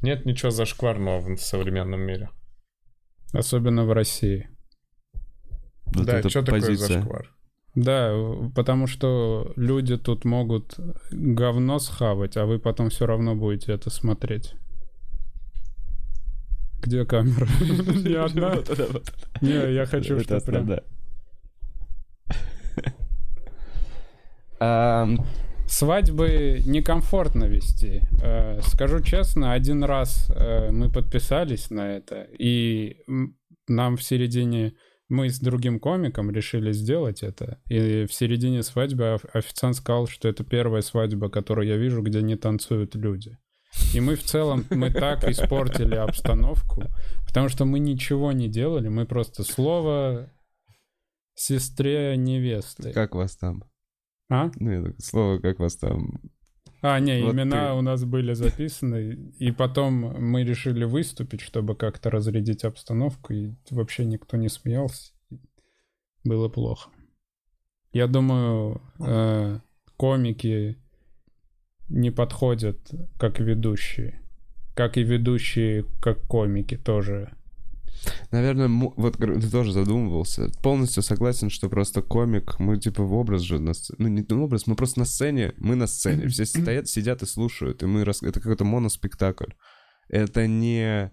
Нет ничего зашкварного в современном мире.
Особенно в России.
Вот
да,
эта
что такое
позиция.
зашквар?
Да, э, потому что люди тут могут говно схавать, а вы потом все равно будете это смотреть. Где камера? *laughs* Не
*laughs*
одна?
Вот это вот.
Не, я хочу,
Это
чтобы прям...
основное. *laughs* Ам,
Свадьбы некомфортно вести. Э, Скажу честно, один раз э, мы подписались на это, и м, нам в середине мы с другим комиком решили сделать это. И в середине свадьбы оф- официант сказал, что это первая свадьба, которую я вижу, где не танцуют люди. И мы в целом, мы так испортили обстановку, потому что мы ничего не делали, мы просто слово сестре невесты.
Как вас там?
А?
Ну, я так, слово, как вас там?
А, не,
Вот
имена
ты.
у нас были записаны, и потом мы решили выступить, чтобы как-то разрядить обстановку, и вообще никто не смеялся. Было плохо. Я думаю, э, комики не подходят как ведущие. Как и ведущие, как комики тоже.
Наверное, му- вот гр- ты тоже задумывался. Полностью согласен, что просто комик, мы типа в образ же на сцене. Ну, не то образ, мы просто на сцене, мы на сцене. Все стоят, сидят и слушают. И мы рас... Это какой-то моноспектакль. Это не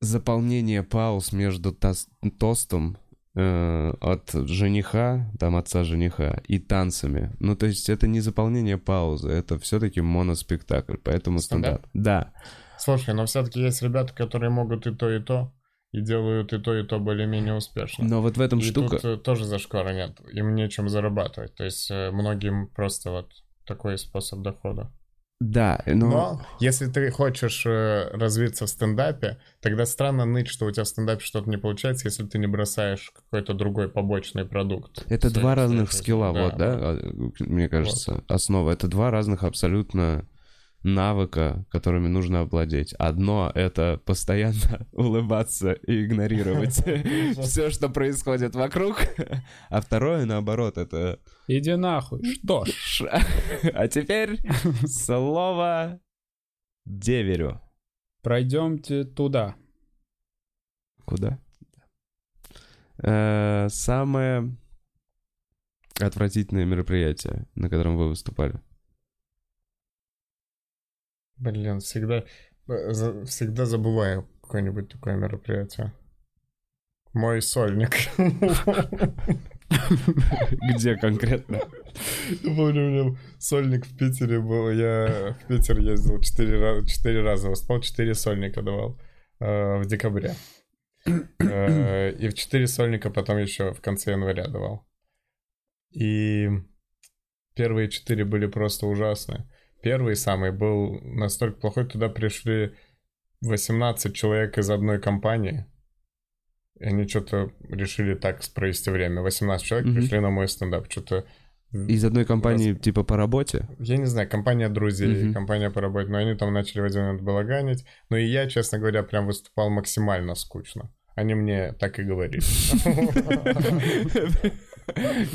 заполнение пауз между тос- тостом э, от жениха, там отца жениха, и танцами. Ну, то есть это не заполнение паузы, это все-таки моноспектакль, поэтому
Стандарт?
стандарт. Да.
Слушай, но все-таки есть ребята, которые могут и то, и то, и делают и то, и то более-менее успешно.
Но вот в этом
И
Ну, штука.
тут э, тоже зашквара нет, им нечем зарабатывать. То есть э, многим просто вот такой способ дохода.
Да, но...
Но если ты хочешь э, развиться в стендапе, тогда странно ныть, что у тебя в стендапе что-то не получается, если ты не бросаешь какой-то другой побочный продукт.
Это
С-
два
с-
разных
с-
скилла, вот, да, а, мне кажется, основа. Это два разных абсолютно навыка, которыми нужно обладать. Одно — это постоянно *laughs* улыбаться и игнорировать все, что происходит вокруг. А второе, наоборот, это...
Иди нахуй. Что ж.
ш- А теперь слово деверю.
Пройдемте туда.
Куда? Э, Самое отвратительное мероприятие, на котором вы выступали.
Блин, всегда, э, за- всегда забываю какое-нибудь такое мероприятие. Мой сольник.
Где конкретно?
Я помню, у меня сольник в Питере был. Я в Питер ездил четыре раза, четыре раза выступал, четыре сольника давал э, в декабре. Э, и в четыре сольника потом еще в конце января давал. И первые четыре были просто ужасны. Первый самый был настолько плохой, туда пришли 18 человек из одной компании. И они что-то решили так провести время. 18 человек
Мгм.
пришли на мой стендап. Что-то
Из одной компании, типа, по *laughs* работе?
я не знаю, компания друзей,
Мгм.
компания по работе, но они там начали в один момент балаганить. Ну и я, честно говоря, прям выступал максимально скучно. Они мне так и говорили.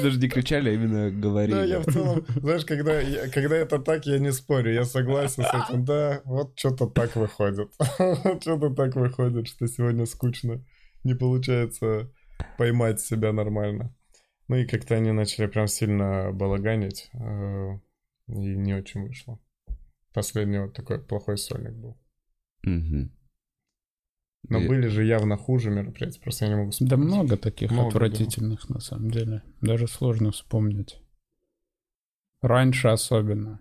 Даже не кричали, а именно
Да,
говорили.
Ну, я в целом, знаешь, когда, я- когда это так, я не спорю, я согласен с этим. Да, вот что-то так выходит. *laughs* Что-то так выходит, что сегодня скучно. Не получается поймать себя нормально. Ну и как-то они начали прям сильно балаганить, э, и не очень вышло. Последний вот такой плохой сольник был.
Мгм.
Но
И-
были же явно хуже мероприятия, просто я не могу вспомнить.
Да много таких
Много
отвратительных, на самом деле. Даже сложно вспомнить. Раньше особенно.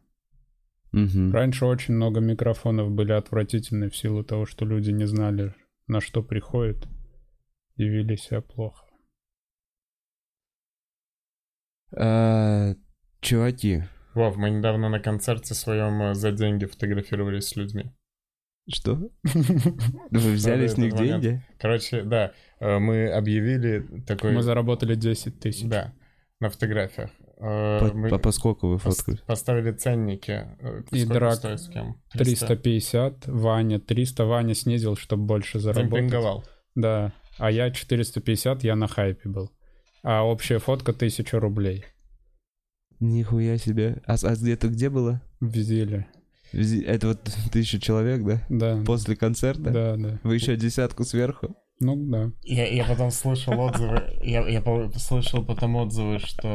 Мгм.
Раньше очень много микрофонов были отвратительны в силу того, что люди не знали, на что приходят, и вели
*laughs*
себя плохо.
А, Чуваки,
Вов, мы недавно на концерте своем э, за деньги фотографировались с людьми.
что? Вы взяли
Надо
с них
этот момент.
деньги?
Короче, да, э, мы объявили такой...
Мы заработали 10 тысяч.
Да, на фотографиях. Э,
По-
мы
по- Поскольку вы
пос-
фоткали?
поставили ценники. э,
И
сколько
драк.
стоит с кем?
350, Ваня 300, Ваня снизил, чтобы больше заработать.
Демпинговал.
Да, а я 450, я на хайпе был. А общая фотка 1000 рублей.
Нихуя себе. А с- а где-то где было?
В Зиле.
В Зи- Это вот *laughs* тысяча человек, да?
Да,
После концерта?
да, да.
Вы еще десятку
*laughs*
сверху?
Ну да.
Я, я потом слышал отзывы, я, я по- слышал потом отзывы, что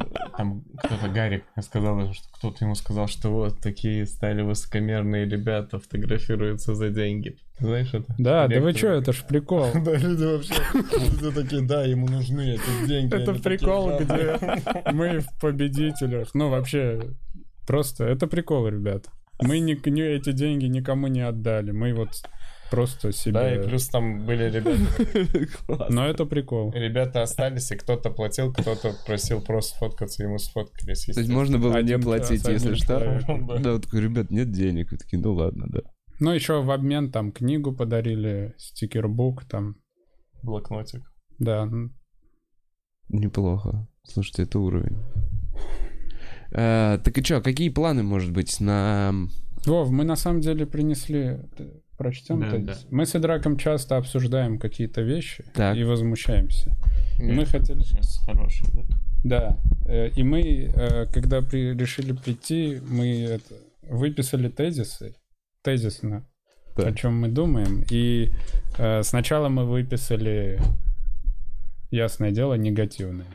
э, там кто-то, Гарик, мне сказал, что кто-то ему сказал, что вот такие стали высокомерные ребята, фотографируются за деньги. Знаешь это?
Да, да вы
Некоторые-
чё, это ж прикол.
*laughs* Да, люди вообще люди такие, да, ему нужны эти деньги.
Это
они такие,
прикол,
да. *laughs*
где мы в победителях. Ну вообще, просто это прикол, ребят. Мы ни, ни эти деньги никому не отдали. Мы вот
Да,
просто
и
себе...
плюс там были ребята,
Класс.
Но это прикол.
ребята остались, и кто-то платил, кто-то просил просто сфоткаться, ему сфоткались.
То есть можно было не
Один
платить,
раз, один
если что?
человек.
естественно.
Да, вот такой, ребят, нет денег. И такие, ну ладно, да.
*laughs* Ну еще в обмен там книгу подарили, стикербук там.
Блокнотик.
Да, ну,
Неплохо. Слушайте, это уровень. Э, так и чё, какие планы, может быть, на...
Вов, мы на самом деле принесли... э, Ты Прочтем
Да,
тезис?
да.
Мы с Идраком часто обсуждаем какие-то вещи
Так.
и возмущаемся. И мы хотели...
Сейчас хороший, да?
Да. э, И мы, э, когда при- решили прийти, мы это, выписали тезисы, тезисно,
Так.
о чем мы думаем. И э, сначала мы выписали, ясное дело, негативные.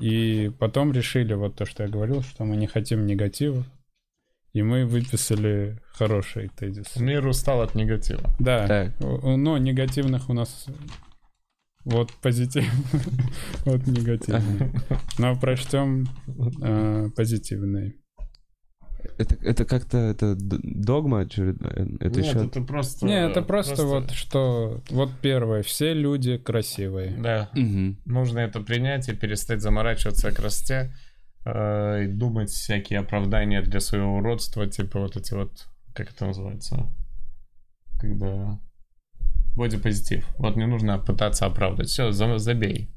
И потом решили, вот то, что я говорил, что мы не хотим негатива. И мы выписали хорошие тезисы.
э,
Мир устал от негатива.
Да.
Так.
у- у- Но негативных у нас Вот позитив, *laughs* вот негативный. Но прочтем э, позитивный.
Это, это как-то это д- догма очередная? Это
Нет,
еще...
это просто...
Не, это просто, вот что... Вот первое, все люди красивые.
Да,
Мгм.
нужно это принять и перестать заморачиваться о красоте э, и думать всякие оправдания для своего уродства, типа вот эти вот, как это называется, когда бодипозитив. Вот не нужно пытаться оправдать. Все, забей.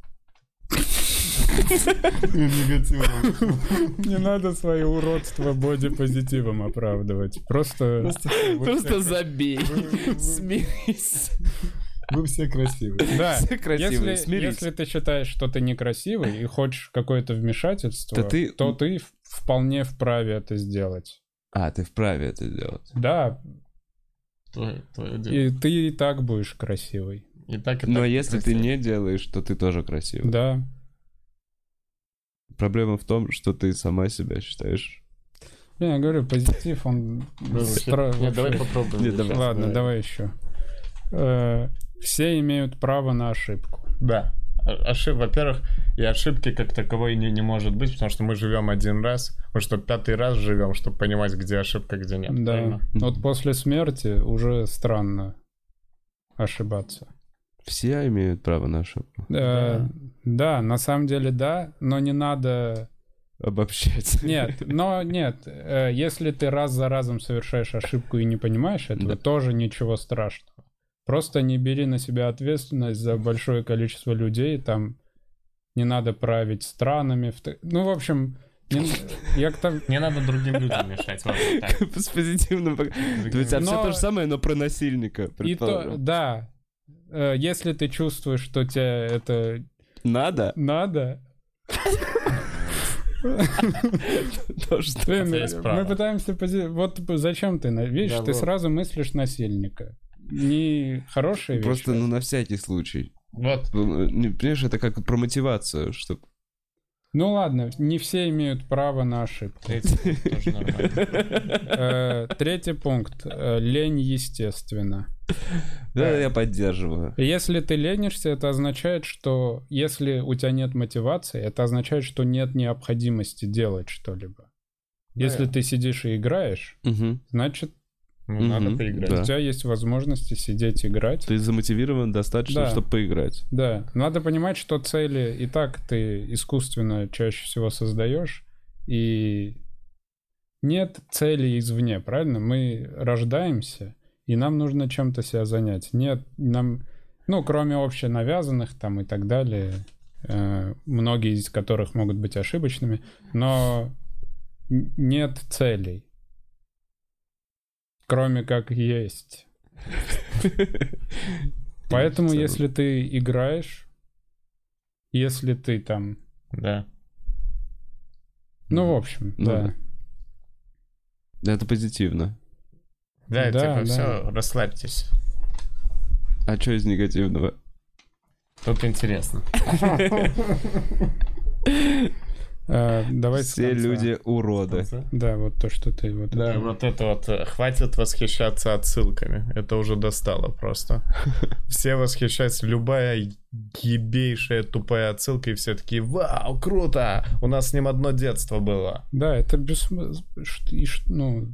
Не надо свои уродства бодипозитивом оправдывать. Просто...
Просто забей. Смирись.
Вы все красивые.
Да,
*laughs* Все красивые,
если,
смирись.
если ты считаешь, что ты некрасивый и хочешь какое-то вмешательство,
Да ты-
то ты в- вполне вправе это сделать.
А, ты вправе это делать.
Да,
Твое, твое дело.
и ты и так будешь красивый.
И так, и
Но
так
если ты
красиво.
не делаешь, то ты тоже красивый.
Да.
Проблема в том, что ты сама себя считаешь.
Не, Ну, Я говорю, позитив, он...
Да, Ну, вообще-
стра-
Нет, давай попробуем.
Нет, давай.
Ладно, давай еще. Э, Все имеют право на ошибку.
Да. А- Ошиб, во-первых, и ошибки как таковой не, не может быть, потому что мы живем один раз, мы что пятый раз живем, чтобы понимать, где ошибка, где нет.
да.
правильно?
Вот после смерти уже странно ошибаться.
Все имеют право на ошибку.
Э, да, на самом деле да, но не надо
Обобщать. *laughs*
Нет, но нет, э, если ты раз за разом совершаешь ошибку и не понимаешь этого,
Да.
тоже ничего страшного. Просто не бери на себя ответственность за большое количество людей, там не надо править странами. в т- Ну, в общем, не- я к тому-
Не надо другим людям мешать. ладно, так.
С позитивным... пок- То есть, а все
Но-
то же самое, но про насильника,
И то,
предположим.
да, Э, если ты чувствуешь, что тебе это
Надо? *laughs*
надо,
То, что...
Блин,
тебя А есть право.
э, мы пытаемся... пози- Вот зачем ты, на- видишь,
Да,
ты
вот.
сразу мыслишь насильника. Не хорошая вещь.
Просто, ну, на всякий случай. Ну,
Вот.
Не, Понимаешь, это как про мотивацию, что...
Ну ладно, не все имеют право на ошибку.
Третий тоже *laughs* нормально.
Э, Третий пункт. Э, Лень естественно.
Да, я поддерживаю.
Если ты ленишься, это означает, что если у тебя нет мотивации, это означает, что нет необходимости делать что-либо. Если ты сидишь и играешь,
Мгм.
значит,
Ну, надо
Мгм,
поиграть.
да.
у тебя есть возможности сидеть играть.
Ты замотивирован достаточно,
Да.
чтобы поиграть.
Да, надо понимать, что цели и так ты искусственно чаще всего создаешь, и нет цели извне, правильно? Мы рождаемся, и нам нужно чем-то себя занять. Нет, нам, ну, кроме общенавязанных там и так далее, э, многие из которых могут быть ошибочными, но н- нет целей, кроме как есть. Поэтому,
В целом.
если ты играешь, если ты там...
Да.
Ну, в общем,
Ну
да.
Это позитивно.
Да,
Да, да.
типа, все, расслабьтесь.
А что из негативного?
Тут интересно.
Э, давай с
Все
конца.
люди уроды.
Да, вот то, что ты вот...
Да, вот это вот. э, Хватит восхищаться отсылками. Это уже достало просто. Все восхищаются. Любая ебейшая тупая отсылка, и все такие, вау, круто! У нас с ним одно детство было.
Да, это бессмысленно. Ну,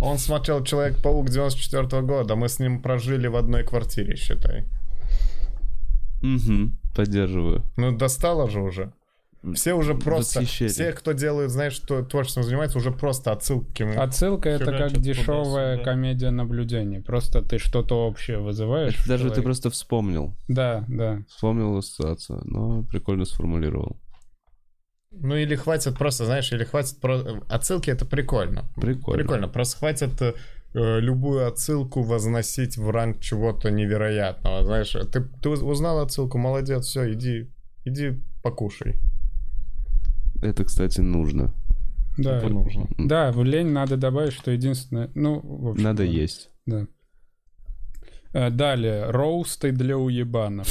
Он смотрел «Человек-паук» 94 года, мы с ним прожили в одной квартире, считай.
Мгм. Поддерживаю.
Ну, достало же уже. Все уже просто...
Восхищение.
Все, кто делает, знаешь, что творчеством занимается, уже просто
Э,
отсылками.
отсылка это
Херачат
как
туда-сюда.
дешевая комедия наблюдений. Просто ты что-то общее вызываешь.
Это
в
даже ты
человеке.
просто вспомнил.
Да, да.
Вспомнил ассоциацию, но прикольно сформулировал.
Ну, или хватит просто, знаешь, или хватит... про- Отсылки — это прикольно.
Прикольно.
Прикольно, просто хватит э, э, любую отсылку возносить в ранг чего-то невероятного, знаешь, ты, ты уз- узнал отсылку, молодец, все, иди, иди покушай.
Это, кстати, нужно.
Да.
Это нужно.
Да, в лень надо добавить, что единственное... Ну, в общем,
Надо
да.
есть.
Да. Э, Далее. Роусты для уебанов.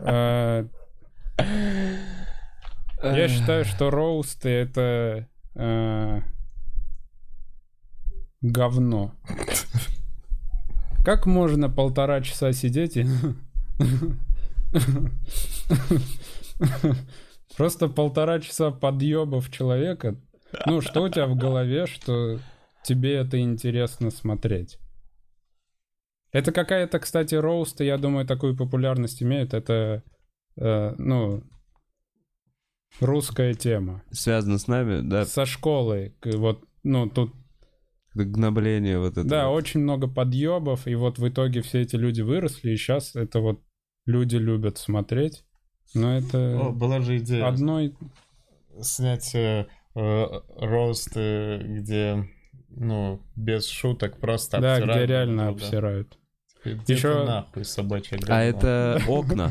Э, Я считаю, что роусты это э, говно. Как можно полтора часа сидеть и... Просто полтора часа подъебов человека. Ну, что у тебя в голове, что тебе это интересно смотреть? Это какая-то, кстати, роусты, я думаю, такую популярность имеет. Это, э, ну, русская тема.
Связано с нами, да,
Со школы, к- вот, ну, тут
гнобление вот это.
Да,
вот.
очень много подъебов, и вот в итоге все эти люди выросли, и сейчас это вот люди любят смотреть. Но
О,
это
была же идея
одно и-
снять э, э, рост, э, где, ну, без шуток, просто
да,
обсирают
где
друг
реально
друга.
обсирают.
Где
Ещё-
ты нахуй собачья говно?
А это окна.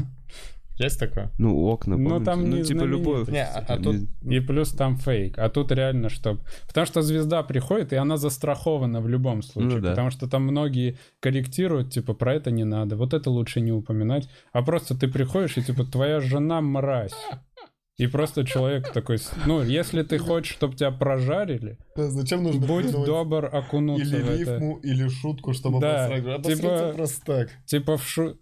Есть такое?
*laughs* Ну, окна,
Ну,
помните?
там
Ну,
не
типа любовь.
Не, а- а
*laughs*
тут-
И плюс там фейк. А тут реально что... Потому что звезда приходит, и она застрахована в любом случае.
Ну да.
Потому что там многие корректируют, типа, про это не надо, вот это лучше не упоминать. А просто ты приходишь, и типа, твоя жена мразь. И просто человек такой... с- Ну, если ты хочешь, чтобы тебя прожарили,
Зачем нужно
будь добр окунуться в это.
или шутку, чтобы
Да, обосрать? типа- Обосраться
просто так.
Типа в шу...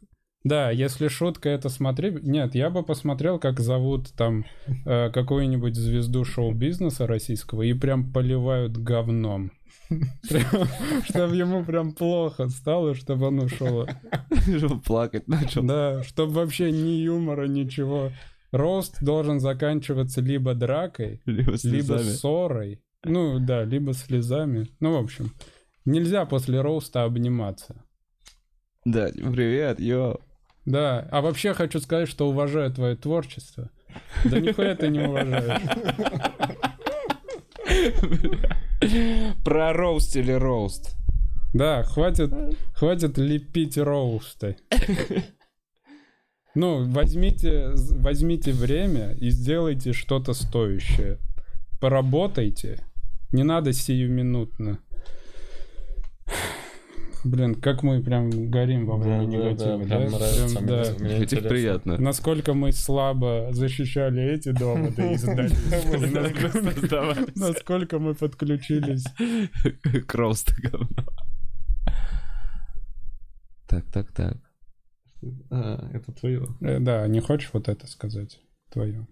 Да, если шутка, это смотри... Нет, я бы посмотрел, как зовут там э, какую-нибудь звезду шоу-бизнеса российского и прям поливают говном. *laughs* Чтобы ему прям плохо стало, чтобы он ушел.
Чтоб Плакать начал. *laughs*
Да, чтобы вообще ни юмора, ничего. Рост должен заканчиваться либо дракой,
Либо
либо
слезами.
ссорой. Ну да, либо слезами. Ну, в общем, нельзя после роуста обниматься.
Да, типа, привет, йо.
Да, а вообще хочу сказать, что уважаю твое творчество. Да нихуя ты не уважаешь.
Про роуст или роуст?
Да, хватит, хватит лепить роусты. Ну, возьмите, возьмите время и сделайте что-то стоящее. Поработайте. Не надо сиюминутно. Блин, как мы прям горим во время негатива. да? Прям, да.
Этих приятно.
Насколько мы слабо защищали эти доводы и задались. И насколько-
*laughs*
Насколько мы подключились.
К роусту говно. Так, так, так. А,
это твое.
Э, Да, не хочешь вот это сказать? Твое.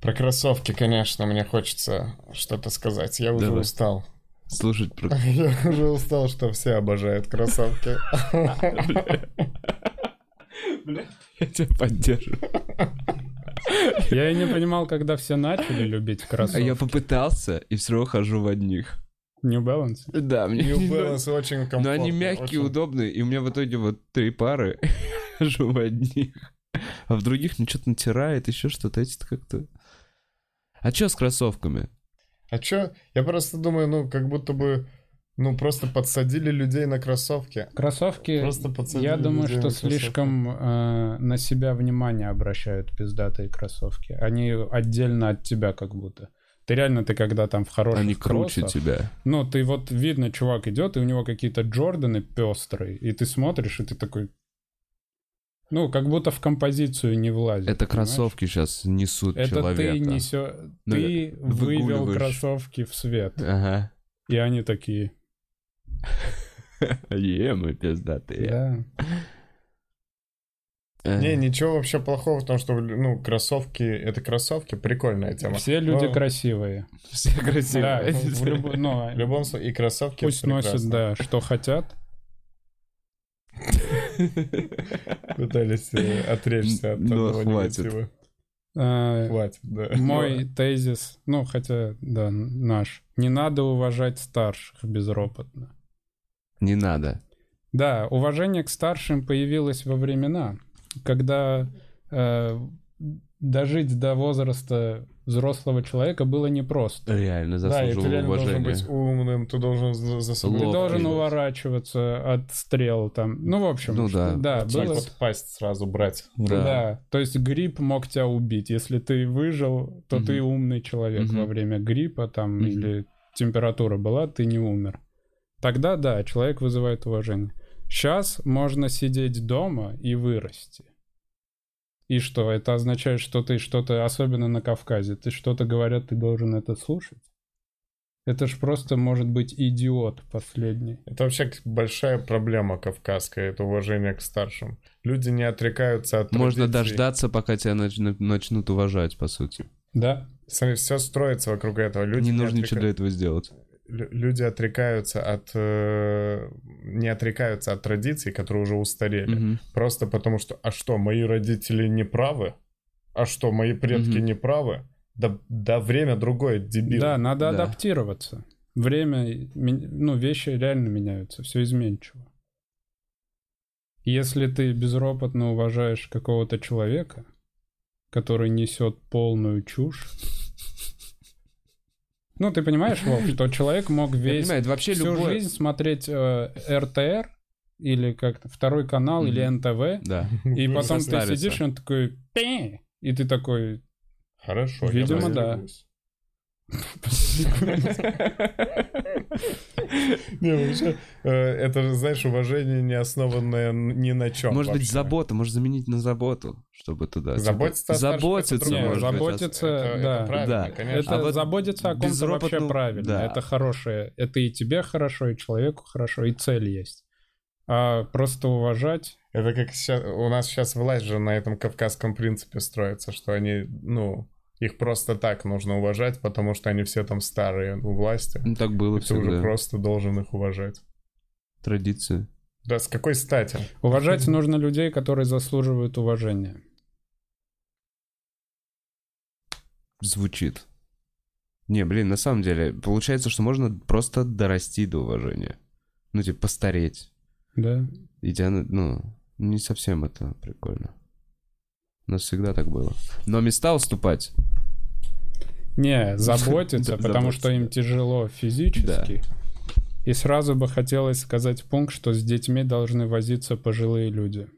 Про кроссовки, конечно, мне хочется что-то сказать. Я уже
Давай.
устал. *laughs*
Слушать про...
Я уже устал, что все
*laughs*
обожают кроссовки.
Я тебя поддерживаю.
Я и не понимал, когда все начали любить
А я
кроссовки.
попытался, и все равно хожу в одних.
New Balance.
Да,
*laughs*
мне
New
не
Balance очень комфортно.
Но Ну, они мягкие,
очень.
удобные, и у меня в итоге вот три пары *laughs* хожу в одних. А в других мне что-то натирает, еще что-то эти как-то... А что с кроссовками?
А чё? Я просто думаю, ну, как будто бы, ну, просто подсадили людей на кроссовки.
Кроссовки,
Просто подсадили
я думаю,
людей
что
на кроссовки.
слишком э, на себя внимание обращают пиздатые кроссовки. Они отдельно от тебя как будто. Ты реально, ты когда там в хороших
Они круче
кроссах,
тебя.
Ну, ты вот видно, чувак идет, и у него какие-то Джорданы пестрые, и ты смотришь, и ты такой. Ну, как будто в композицию не влазит.
Это
понимаешь?
кроссовки сейчас несут
Это
человека.
ты несё-
Ну,
Ты вывел
выгуливаешь.
кроссовки в свет.
Ага. *laughs*
И они такие.
Е, мы пиздатые.
Да.
Э,
Не, ничего вообще плохого в том, что, ну, кроссовки, это кроссовки, прикольная тема.
Все люди
Но
красивые.
*laughs* Все
Да,
красивые.
в любо-
В
ну,
любом случае, и кроссовки
пусть носят,
прекрасно.
да, что хотят.
Пытались э, отречься от
Ну,
этого
хватит.
негатива.
А,
Хватит, да.
Мой тезис, ну, хотя, да, наш. Не надо уважать старших безропотно.
Не надо.
Да, уважение к старшим появилось во времена, когда э, дожить до возраста взрослого человека было непросто.
Реально
Да, и ты
заслужил
реально должен
уважения.
быть умным, ты должен за за собой...
Ты
Ловкий.
должен
ухаживать.
уворачиваться от стрел там. Ну, в общем,
Ну
что-
да.
Так
было...
вот пасть сразу брать.
Да.
Да.
то есть грипп мог тебя убить. Если ты выжил, то
Мгм.
ты умный человек
Мгм.
во время гриппа там
Мгм.
или температура была, ты не умер. Тогда да, человек вызывает уважение. Сейчас можно сидеть дома и вырасти. И что? Это означает, что ты что-то, особенно на Кавказе, ты что-то говорят, ты должен это слушать? Это ж просто может быть идиот последний.
Это вообще к- большая проблема кавказская, это уважение к старшим. Люди не отрекаются от
Можно
традиций.
дождаться, пока тебя начну- начнут уважать, по сути.
Да?
Смотри, все строится вокруг этого. Люди
не нужно ничего
отрека-
для этого сделать.
лю- люди отрекаются от э, не отрекаются от традиций, которые уже устарели,
Мгм.
просто потому что а что мои родители не правы, а что мои предки
Мгм.
не правы, да, да время другое, дебил.
Да, надо
Да.
адаптироваться. Время, ми- ну, вещи реально меняются, все изменчиво. Если ты безропотно уважаешь какого-то человека, который несет полную чушь, ну, ты понимаешь, Вов, что человек мог
Я
весь
понимаю, это вообще
всю
любое...
жизнь смотреть э, РТР или как-то второй канал или НТВ,
Да.
и потом ты
Состарится.
сидишь, и он такой, «Пи!» и ты
*laughs*
такой,
Хорошо, я
Видимо, да.
разберусь. Не, вообще, э, это же, знаешь, уважение не основанное ни на чем.
Может быть,
Ну, вообще.
забота, может заменить на заботу, чтобы туда... типа,
Заботиться о старших
Заботиться,
это
не,
другое.
может быть, а о-
заботиться,
Э, Это-
да.
это правильно,
Да.
конечно.
Это
А вот
заботиться о ком-то
безропотно-
вообще правильно.
да.
Это хорошее. Это и тебе хорошо, и человеку хорошо, и цель есть. А просто уважать.
Это как сейчас, у нас сейчас власть же на этом кавказском принципе строится, что они, ну, их просто так нужно уважать, потому что они все там старые у власти.
Ну, так
И
было
ты уже
всегда.
просто должен их уважать.
Традиция.
Да, с какой стати?
Уважать нужно людей, которые заслуживают уважения.
Звучит. Не, блин, на самом деле, получается, что можно просто дорасти до уважения. Ну, типа, постареть.
Да.
И тебя, на- ну, не совсем это прикольно. У нас всегда так было. Но места уступать.
Не,
*laughs*
заботиться,
Да,
потому что им тяжело физически. И сразу бы хотелось сказать пункт, что с детьми должны возиться пожилые люди.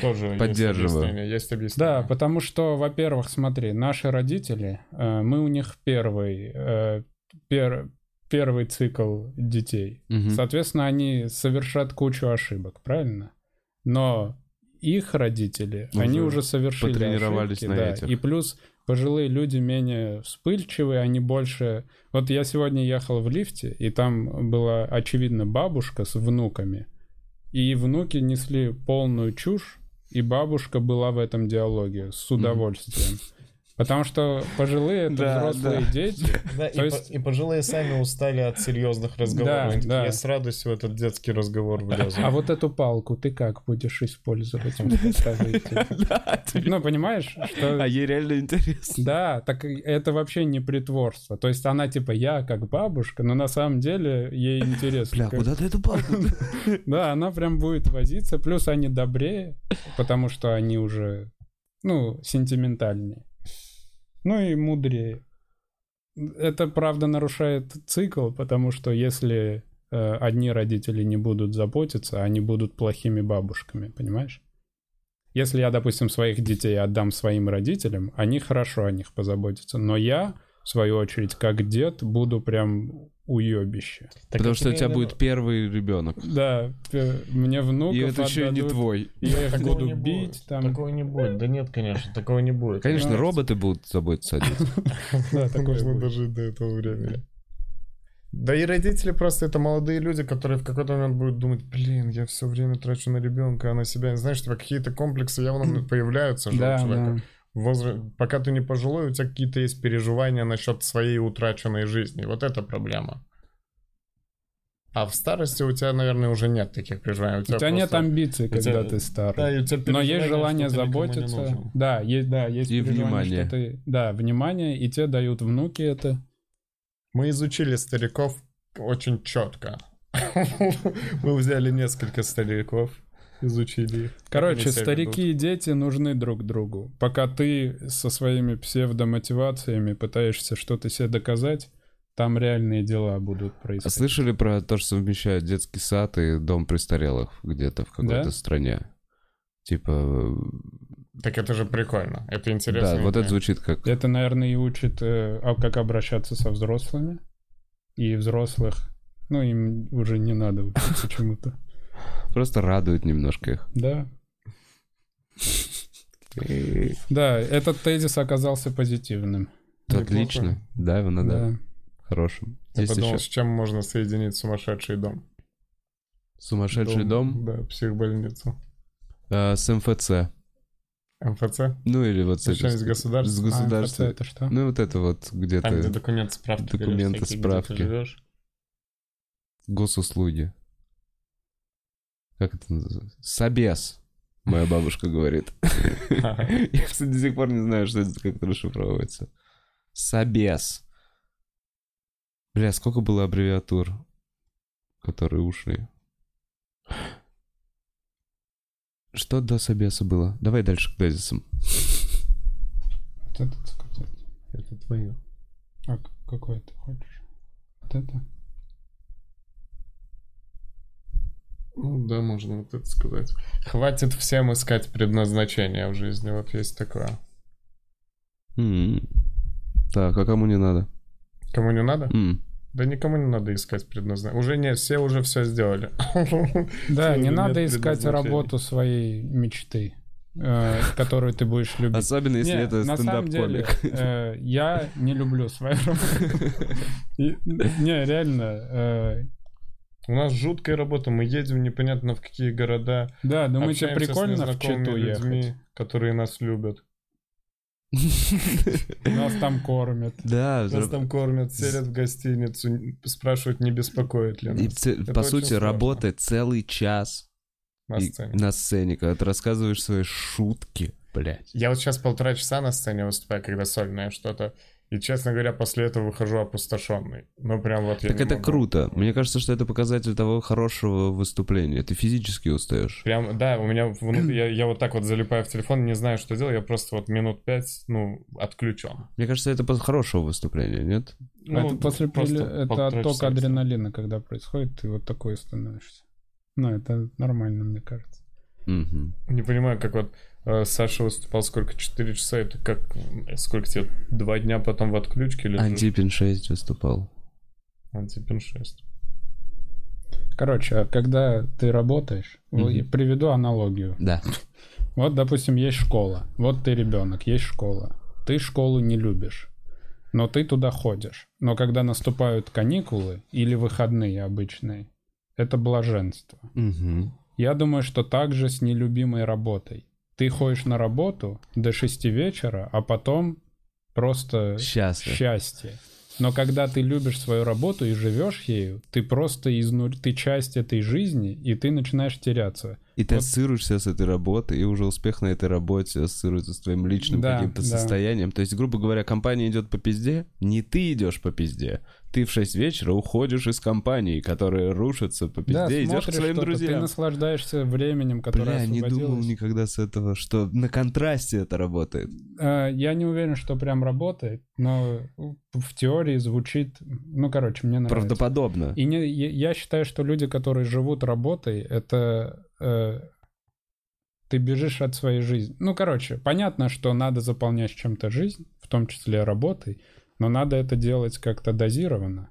Тоже есть
Поддерживаю.
объяснение, Есть
Да,
объяснение.
потому что, во-первых, смотри, наши родители, э, мы у них первый, э, пер- первый цикл детей.
Мгм.
Соответственно, они совершат кучу ошибок, правильно? Но их родители,
Уже
они уже совершили
Ну потренировались
ошибки,
на
да.
этих.
И плюс пожилые люди менее вспыльчивые, они больше... Вот я сегодня ехал в лифте, и там была, очевидно, бабушка с внуками. И внуки несли полную чушь, и бабушка была в этом диалоге с удовольствием. Потому что пожилые это
Да,
взрослые
да.
дети,
Да,
То есть-
пожилые сами устали от серьезных
Да,
Они такие,
да.
Я с радостью в этот детский разговор влезу.
А вот эту палку ты как будешь
*laughs*
использовать? мне расскажите? Ну, понимаешь,
А
что...
ей реально интересно.
Да, так и это вообще не притворство. То есть она типа я как бабушка, но на самом деле ей интересно.
Бля,
как-
куда ты эту палку?
*laughs* Да, она прям будет возиться. Плюс они добрее, потому что они уже, ну, сентиментальнее. Ну и мудрее. Это, правда, нарушает цикл, потому что если э, одни родители не будут заботиться, они будут плохими бабушками, понимаешь? Если я, допустим, своих детей отдам своим родителям, они хорошо о них позаботятся. Но я, в свою очередь, как дед, буду прям уебище.
Так
Потому
это
что у тебя
именно-
будет первый ребенок.
Да, э, мне внуков
И это еще и не
отдадут.
твой.
Я их
Такого
буду
не будет.
бить, там.
Такого не будет. Да нет, конечно, такого не будет.
Конечно,
Понимаете?
роботы будут заботиться о
*laughs*
детях.
*laughs* Да,
Это
такое
*laughs* можно
будет.
дожить до этого времени. Да и родители просто это молодые люди, которые в какой-то момент будут думать, блин, я все время трачу на ребенка, а на себя. не Знаешь, типа какие-то комплексы явно появляются же у
Да,
человека.
да.
Возра- Пока ты не пожилой, у тебя какие-то есть переживания насчет своей утраченной жизни. Вот это проблема. А в старости у тебя, наверное, уже нет таких переживаний.
У тебя нет
просто-
амбиций,
у тебя-
когда ты старый.
Да, и у тебя
Но
переживания,
есть
что
желание
ты никому не
заботиться.
нужен.
Да, есть, да, есть
И
переживание,
внимание.
что ты- Да, внимание, и тебе дают внуки это.
Мы изучили стариков очень четко. *laughs* Мы взяли несколько стариков, изучили их.
Короче,
они себя
старики и дети нужны друг другу. Пока ты со своими псевдомотивациями пытаешься что-то себе доказать, там реальные дела будут
А
происходить.
слышали про то, что совмещают детский сад и дом престарелых где-то в какой-то
Да?
стране? Типа,
Так это же прикольно, это интересно.
да, вот это звучит как...
Это, наверное, и учит, э, а как обращаться со взрослыми. И взрослых, ну, им уже не
*laughs*
надо учиться чему-то.
Просто радует немножко их.
Да. Да, этот тезис оказался позитивным.
То
Неплохо.
отлично. Ну Да, его надо
Да.
хорошим.
Я
Есть
подумал,
еще
с чем можно соединить сумасшедший дом.
сумасшедший дом
Да, психбольницу.
э, с МФЦ.
МФЦ?
Ну или вот с
Совещание с
этой-
государством.
с
А, МФЦ
государством.
это что?
Ну вот это вот
Там, где
где-то
документы, справки. берешь,
документы,
всякие, где ты
справки.
живешь.
госуслуги. Как это называется? Собес, моя бабушка
*laughs*
говорит. Я, кстати, до сих пор не знаю, что это, как это расшифровывается. Собес. Бля, сколько было аббревиатур, которые ушли? Что до Собеса было? Давай дальше к тезисам.
Вот этот скатерть.
Это твое.
А к- какой ты хочешь? Вот это?
Ну да, можно вот это сказать. Хватит всем искать предназначение в жизни, вот есть такое.
М. Так, а кому не надо?
Кому не надо?
М.
Да никому не надо искать предназначение. Уже не, все уже все сделали. *laughs*
Да,
Всё,
не
нет
надо искать
предназначения.
работу своей мечты, э, которую ты будешь любить.
Особенно, если
Не,
это
на самом деле,
стендап-комик.
э, я не люблю свою работу. И- Не, реально. э,
У нас жуткая работа, мы едем непонятно в какие города.
Да, думаете,
общаемся с
Ну, прикольно в
незнакомыми
Читу
людьми,
ехать?
которые нас любят.
Нас там кормят.
Да,
Нас
зра-
там кормят, селят в гостиницу, н- спрашивают, не беспокоит ли
и
нас
ц-
Это
по
очень
сути
сложно.
работы целый час
на
и-
сцене.
на сцене, когда ты рассказываешь свои шутки, блядь.
Я вот сейчас полтора часа на сцене выступаю, когда сольное что-то. И, честно говоря, после этого выхожу опустошенный. Ну, прям вот я
Так
не
это
могу.
круто. Мне кажется, что это показатель того хорошего выступления. Ты физически устаешь.
Прям, да, у меня
*clears throat*
внутри, я, я вот так вот залипаю в телефон, не знаю, что делать, я просто вот минут пять, ну, отключен.
Мне кажется, это после хорошего выступления, нет?
Ну,
это после
просто
прили- это
полтора
отток
часа.
адреналина, когда происходит, ты вот такой становишься. Ну, это нормально, мне кажется.
Мгм.
Не понимаю, как вот э, Саша выступал сколько, 4 часа, это как, э, сколько тебе, два дня потом в отключке типа, лежишь?
Антипин 6 выступал.
Антипин
*laughs*
6.
Короче, а когда ты работаешь,
Мгм.
я приведу аналогию.
Да.
Вот, допустим, есть школа. Вот ты ребенок, есть школа. Ты школу не любишь, но ты туда ходишь. Но когда наступают каникулы или выходные обычные, это блаженство.
Мгм.
Я думаю, что так же с нелюбимой работой. Ты ходишь на работу до 6 вечера, а потом просто
Счастлив.
счастье. Но когда ты любишь свою работу и живешь ею, ты просто изнутри, ты часть этой жизни, и ты начинаешь теряться.
И ты
Вот-
ассоциируешься с этой работой, и уже успех на этой работе ассоциируется с твоим личным
Да,
каким-то
да.
состоянием. То есть, грубо говоря, компания идет по пизде, не ты идешь по пизде. Ты в 6 вечера уходишь из компании, которая рушится по пизде, и идешь к
смотришь
своим
что-то, ты
друзьям.
наслаждаешься временем, которое
Бля, не думал
освободилось.
никогда с этого, что на контрасте это работает.
Э, Я не уверен, что прям работает, но в теории звучит... Ну, короче, мне нравится.
Правдоподобно.
И не, я, я считаю, что люди, которые живут работой, это э, ты бежишь от своей жизни. Ну, короче, понятно, что надо заполнять чем-то жизнь, в том числе работой, но надо это делать как-то дозированно.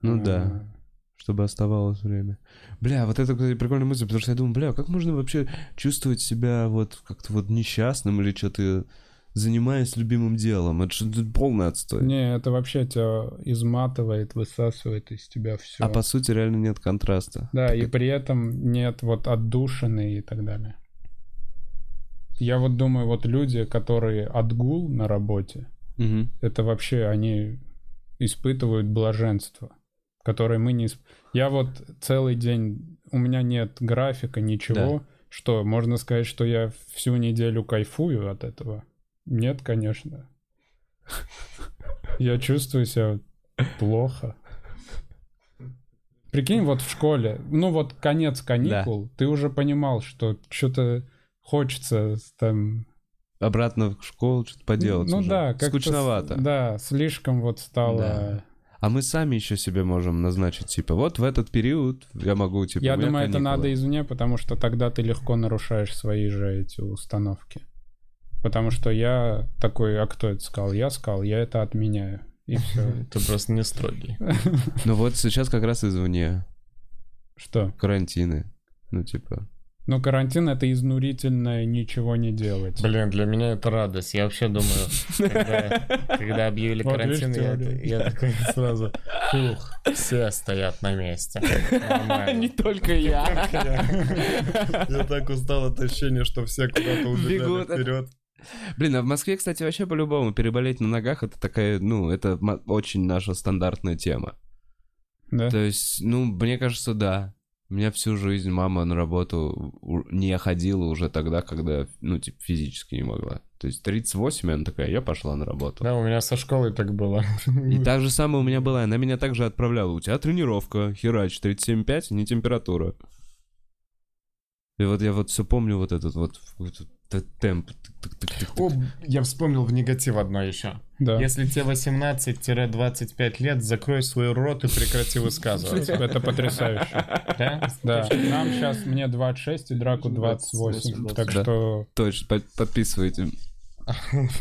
Ну
А,
да, чтобы оставалось время. Бля, вот это, кстати, прикольная мысль, потому что я думаю, бля, как можно вообще чувствовать себя вот как-то вот несчастным или что-то занимаясь любимым делом? Это же полный отстой.
Не, Э, это вообще тебя изматывает, высасывает из тебя все.
А по сути реально нет контраста.
Да,
Так
и
это-
при этом нет вот отдушины и так далее. Я вот думаю, вот люди, которые отгул на работе,
Мгм.
это вообще они испытывают блаженство, которое мы не... исп- Я вот целый день, у меня нет графика, ничего, что можно сказать, что я всю неделю кайфую от этого. Нет, конечно. Я чувствую себя плохо. Прикинь, вот в школе, ну вот конец каникул, ты уже понимал, что что-то хочется там
Обратно в школу что-то поделать.
ну
уже.
да, как
Скучновато.
Да, слишком вот стало.
Да. А мы сами еще себе можем назначить, типа, вот в этот период я могу, типа,
Я
у меня
думаю, это
каникулы.
надо извне, потому что тогда ты легко нарушаешь свои же эти установки. Потому что я такой, а кто это сказал? Я сказал, я это отменяю.
*laughs*
И все.
Ты просто не строгий.
Ну вот сейчас как раз извне
Что?
карантины. Ну, типа,
Но карантин это изнурительное ничего не делать.
Блин, для меня это радость. Я вообще думаю, когда, когда объявили
Вот
карантин,
видишь,
я,
Оля.
я такой сразу, фух, все стоят на
*laughs*
месте.
Не
Нормально.
только я.
Я так устал от ощущения, что все куда-то убегали
Бегут.
вперед.
Блин, а в Москве, кстати, вообще по-любому переболеть на ногах это такая, ну, это м- очень наша стандартная тема.
Да?
То есть, ну, мне кажется, да. У меня всю жизнь мама на работу у- не ходила уже тогда, когда, ну, типа, физически не могла. То есть 38, и она такая, я пошла на работу.
Да, у меня со школой так было.
И так же самое у меня была, она меня также отправляла. У тебя тренировка, херач, 37,5, не температура. И вот я вот все помню вот этот вот, вот этот темп. тык-тык-тык-тык.
О, я вспомнил в негатив одно еще.
Да.
Если тебе 18-25 лет, закрой свой рот и прекрати а? высказываться.
*laughs*
Это потрясающе.
Да?
Да. Нам сейчас мне 26 и драку 28. Так
Да.
что
Точно, под-
*laughs*
подписывайте.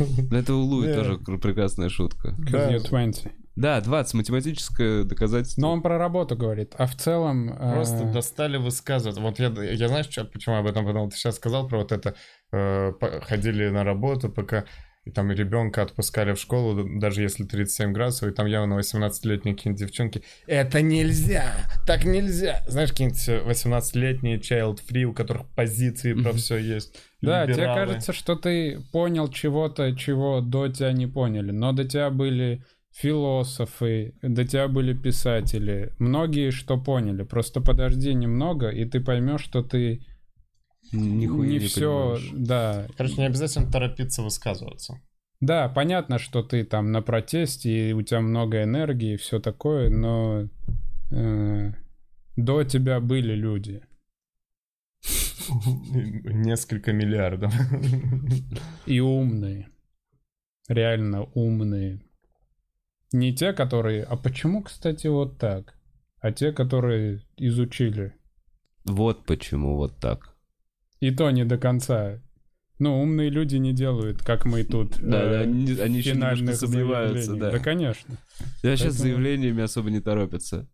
Ну, Это у Луи тоже кр- прекрасная шутка.
'cause you're 20.
Да, 20, математическое доказательство.
Но он про работу говорит. А в целом... э,
Просто достали высказываться. Вот я, я знаешь, чё- почему я об этом подумал? Ты сейчас сказал про вот это, э, по- ходили на работу, пока и там ребенка отпускали в школу, д- даже если 37 градусов, и там явно 18-летние какие-нибудь девчонки. Это нельзя! Так нельзя! Знаешь, какие-нибудь э, 18-летние child-free, у которых позиции про все есть.
Да, тебе
Либералы.
кажется, что ты понял чего-то, чего до тебя не поняли. Но до тебя были философы, до тебя были писатели. Многие что поняли. Просто подожди немного, и ты поймешь, что ты
Нихуя
не, все...
понимаешь.
Да.
Короче, не обязательно торопиться высказываться.
да, понятно, что ты там на протесте, и у тебя много энергии, и все такое, но э, до тебя были люди.
Несколько миллиардов.
И умные. Реально умные. Не те, которые... А почему, кстати, вот так? А те, которые изучили.
Вот почему вот так.
И то не до конца. Ну, умные люди не делают, как мы тут.
*laughs* Да,
э,
да, они, они еще немножко
финальных
сомневаются,
заявлений.
да.
Да, конечно.
Я сейчас
поэтому-
заявлениями особо не торопятся.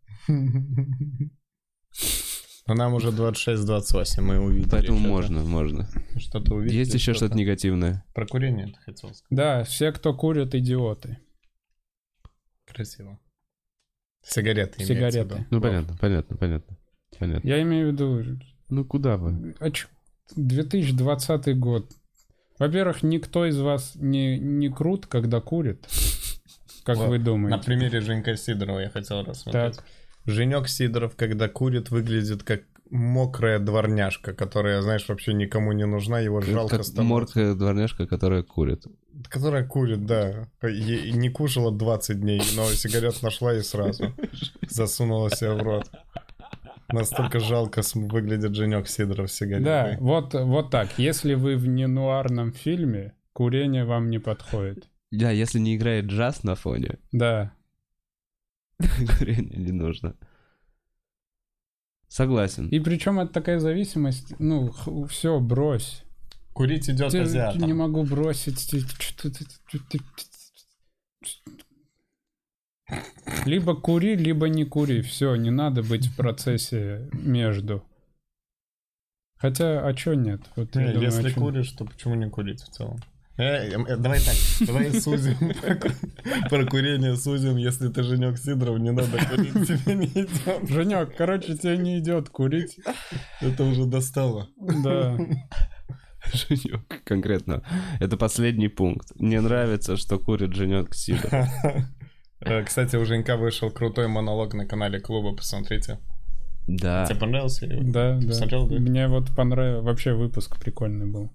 Но нам уже 26-28, мы увидели.
Поэтому
что-то.
можно, можно.
Что-то увидели.
Есть еще что-то негативное.
Про курение ты хотел сказать.
Да, все, кто курят, идиоты.
Красиво. Сигареты. имеется в
Сигареты.
виду.
Ну,
Вау.
понятно, понятно, понятно. Понятно.
Я имею в виду,
Ну, куда вы?
А чё? 2020 год. Во-первых, никто из вас не, не крут, когда курит. Как
Вот,
вы думаете?
На примере Женька Сидорова я хотел рассмотреть.
Так.
Женек Сидоров, когда курит, выглядит как мокрая дворняжка, которая, знаешь, вообще никому не нужна, его жалко
Как
становится.
морка дворняжка, которая курит.
Которая курит, да. Е- и не кушала 20 дней, но сигарет нашла и сразу засунула себе в рот. Настолько жалко см- выглядит Женек Сидоров с
Да,
сигаретой.
вот, вот так. Если вы в ненуарном фильме, курение вам не подходит.
Да, если не играет джаз на фоне,
Да.
*laughs* курение не нужно. Согласен.
И причем это такая зависимость, ну, все, брось.
Курить идет
Ты-
азиатам.
не могу бросить. ты- чё ты- ты- ты- ты- ты- Либо кури, либо не кури. Все, не надо быть в процессе между. Хотя, а чё нет? Вот я
Не,
думаю,
Э, если
а чё-
куришь, то почему не курить в целом? Э, э, Давай так, давай сузим *laughs* про ку- про курение, сузим, если ты Женек Сидоров, не надо курить, *laughs* тебе не идет.
Женек, короче, тебе не идет курить.
Это уже достало.
Да.
Женек, конкретно. Это последний пункт. Не нравится, что курит Женек Сидор.
*laughs* Э, Кстати, у Женька вышел крутой монолог на канале клуба, посмотрите.
Да.
Тебе понравился?
Да, да.
Посмотрел, да?
Мне вот понравился. Вообще выпуск прикольный был.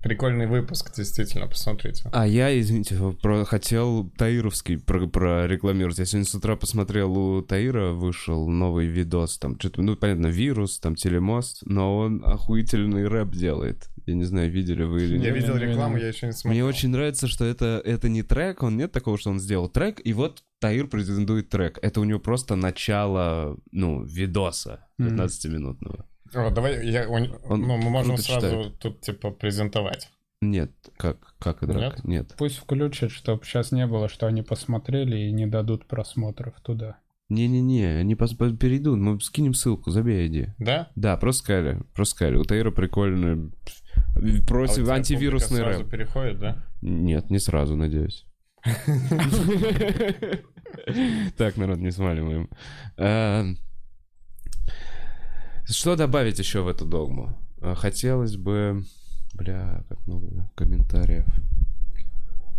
Прикольный выпуск, действительно, посмотрите.
А я, извините, про- хотел Таировский про- прорекламировать. Я сегодня с утра посмотрел, у Таира вышел новый видос, там что-то, ну, понятно, вирус, там телемост, но он охуительный рэп делает. Я не знаю, видели вы или
Я
нет.
не-
видел
не- не-
рекламу,
не.
я еще не смотрел.
Мне очень нравится, что это, это не трек, он нет такого, что он сделал трек, и вот Таир претендует трек. Это у него просто начало, ну, видоса
Мгм.
15-минутного.
О, давай, я, у-
Он
ну, мы можем
круто
сразу тут, типа, презентовать.
Нет, как, как и драка? Нет.
Пусть включат, чтобы сейчас не было, что они посмотрели и не дадут просмотров туда.
Не-не-не, они пос- по- перейдут, мы скинем ссылку, забей ID.
Да?
Да, просто сказали, просто сказали, у Тейра прикольно против
А у тебя
антивирусный
публика сразу
рэп.
переходит, да?
Нет, не сразу, *laughs* надеюсь. Так, народ, не смаливаем. А, Что добавить еще в эту догму? А, Хотелось бы... Бля, как много комментариев.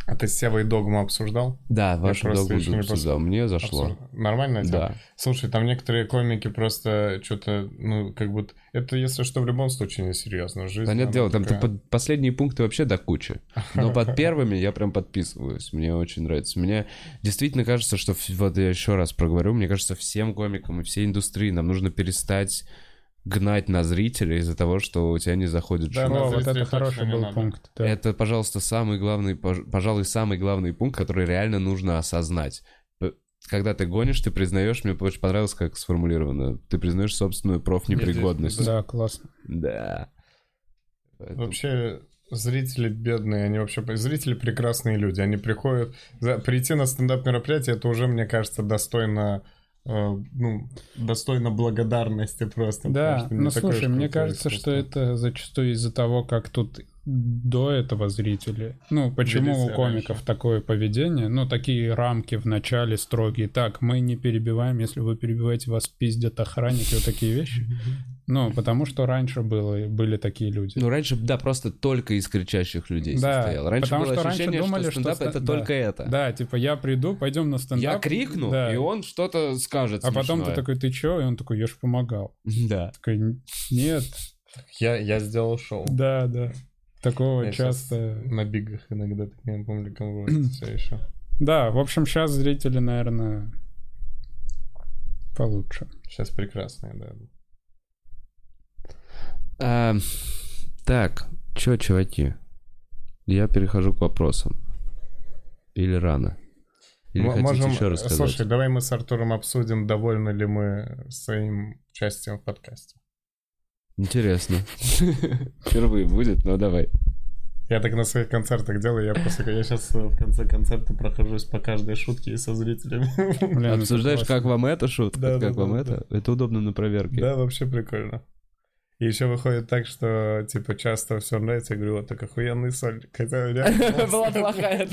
А ты с Севой догму обсуждал?
Да, вашу
просто
догму
еще не пос-
обсуждал. Мне зашло.
Обсуждал. Нормально? тема?
Да.
Слушай, там некоторые комики просто что-то, ну, как будто... Это, если что, в любом случае не серьезно. Жизнь,
Понятное
она
дело, там
такая.
под- последние пункты вообще до кучи. Но
*laughs*
под первыми я прям подписываюсь. Мне очень нравится. Мне действительно кажется, что в- вот я еще раз проговорю, мне кажется, всем комикам и всей индустрии нам нужно перестать гнать на зрителя из-за того, что у тебя не заходит
Да,
шутка.
на
О, вот это
зрителей точно
хороший
не
был
надо.
пункт. да.
Это, пожалуйста, самый главный, пож- пожалуй, самый главный пункт, который реально нужно осознать. П- Когда ты гонишь, ты признаешь, мне очень понравилось, как сформулировано, ты признаешь собственную профнепригодность.
Да, классно.
Да. Поэтому-
Ну, Вообще, зрители бедные, они вообще... Зрители прекрасные люди, они приходят... за- Прийти на стендап-мероприятие, это уже, мне кажется, достойно... э, ну, достойно благодарности просто. потому
Да,
что не
ну
такое
слушай,
уж
мне
крутое
кажется, что
искусство.
это зачастую из-за того, как тут до этого зрители. Ну, почему у
Велись
комиков
раньше.
такое поведение? Ну, такие рамки в начале строгие. Так, мы не перебиваем, если вы перебиваете, вас пиздят охранники, вот такие вещи. Ну, потому что раньше было, были такие люди.
Ну, раньше, да, просто только из кричащих людей
Да,
состоял. Раньше
потому
было
что раньше
ощущение,
думали,
что
что
стендап
ста-
это
да.
только это.
Да, типа, я приду, пойдем на стендап.
Я крикну,
Да.
и он что-то скажет
А потом ты
смешное.
такой, ты чё? И он такой, я ж помогал.
*laughs* Да.
Такой, «Н- нет,
Я, я сделал шоу.
да, да. Такого
Я щас
часто...
На бигах иногда таким публиком
*clears throat*
бывает все еще.
Да, в общем, сейчас зрители, наверное, получше.
Сейчас прекрасные, да.
А, так, чё, чуваки? Я перехожу к вопросам. Или рано? Или
М-
хотите
можем- э,
еще рассказать?
Слушай, давай мы с Артуром обсудим, довольны ли мы своим участием в подкасте. *laughs*
Интересно. Впервые будет, но давай.
Я так на своих концертах делаю, я просто... Я сейчас в конце концерта прохожусь по каждой шутке и со зрителями.
Блин, это
Обсуждаешь,
классно.
как вам эта шутка,
Да,
как
да,
вам
да,
это? Это удобно на проверке.
Да, вообще прикольно. И еще выходит так, что, типа, часто все нравится, я говорю, вот так охуенный сольник. Хотя реально
Была плохая,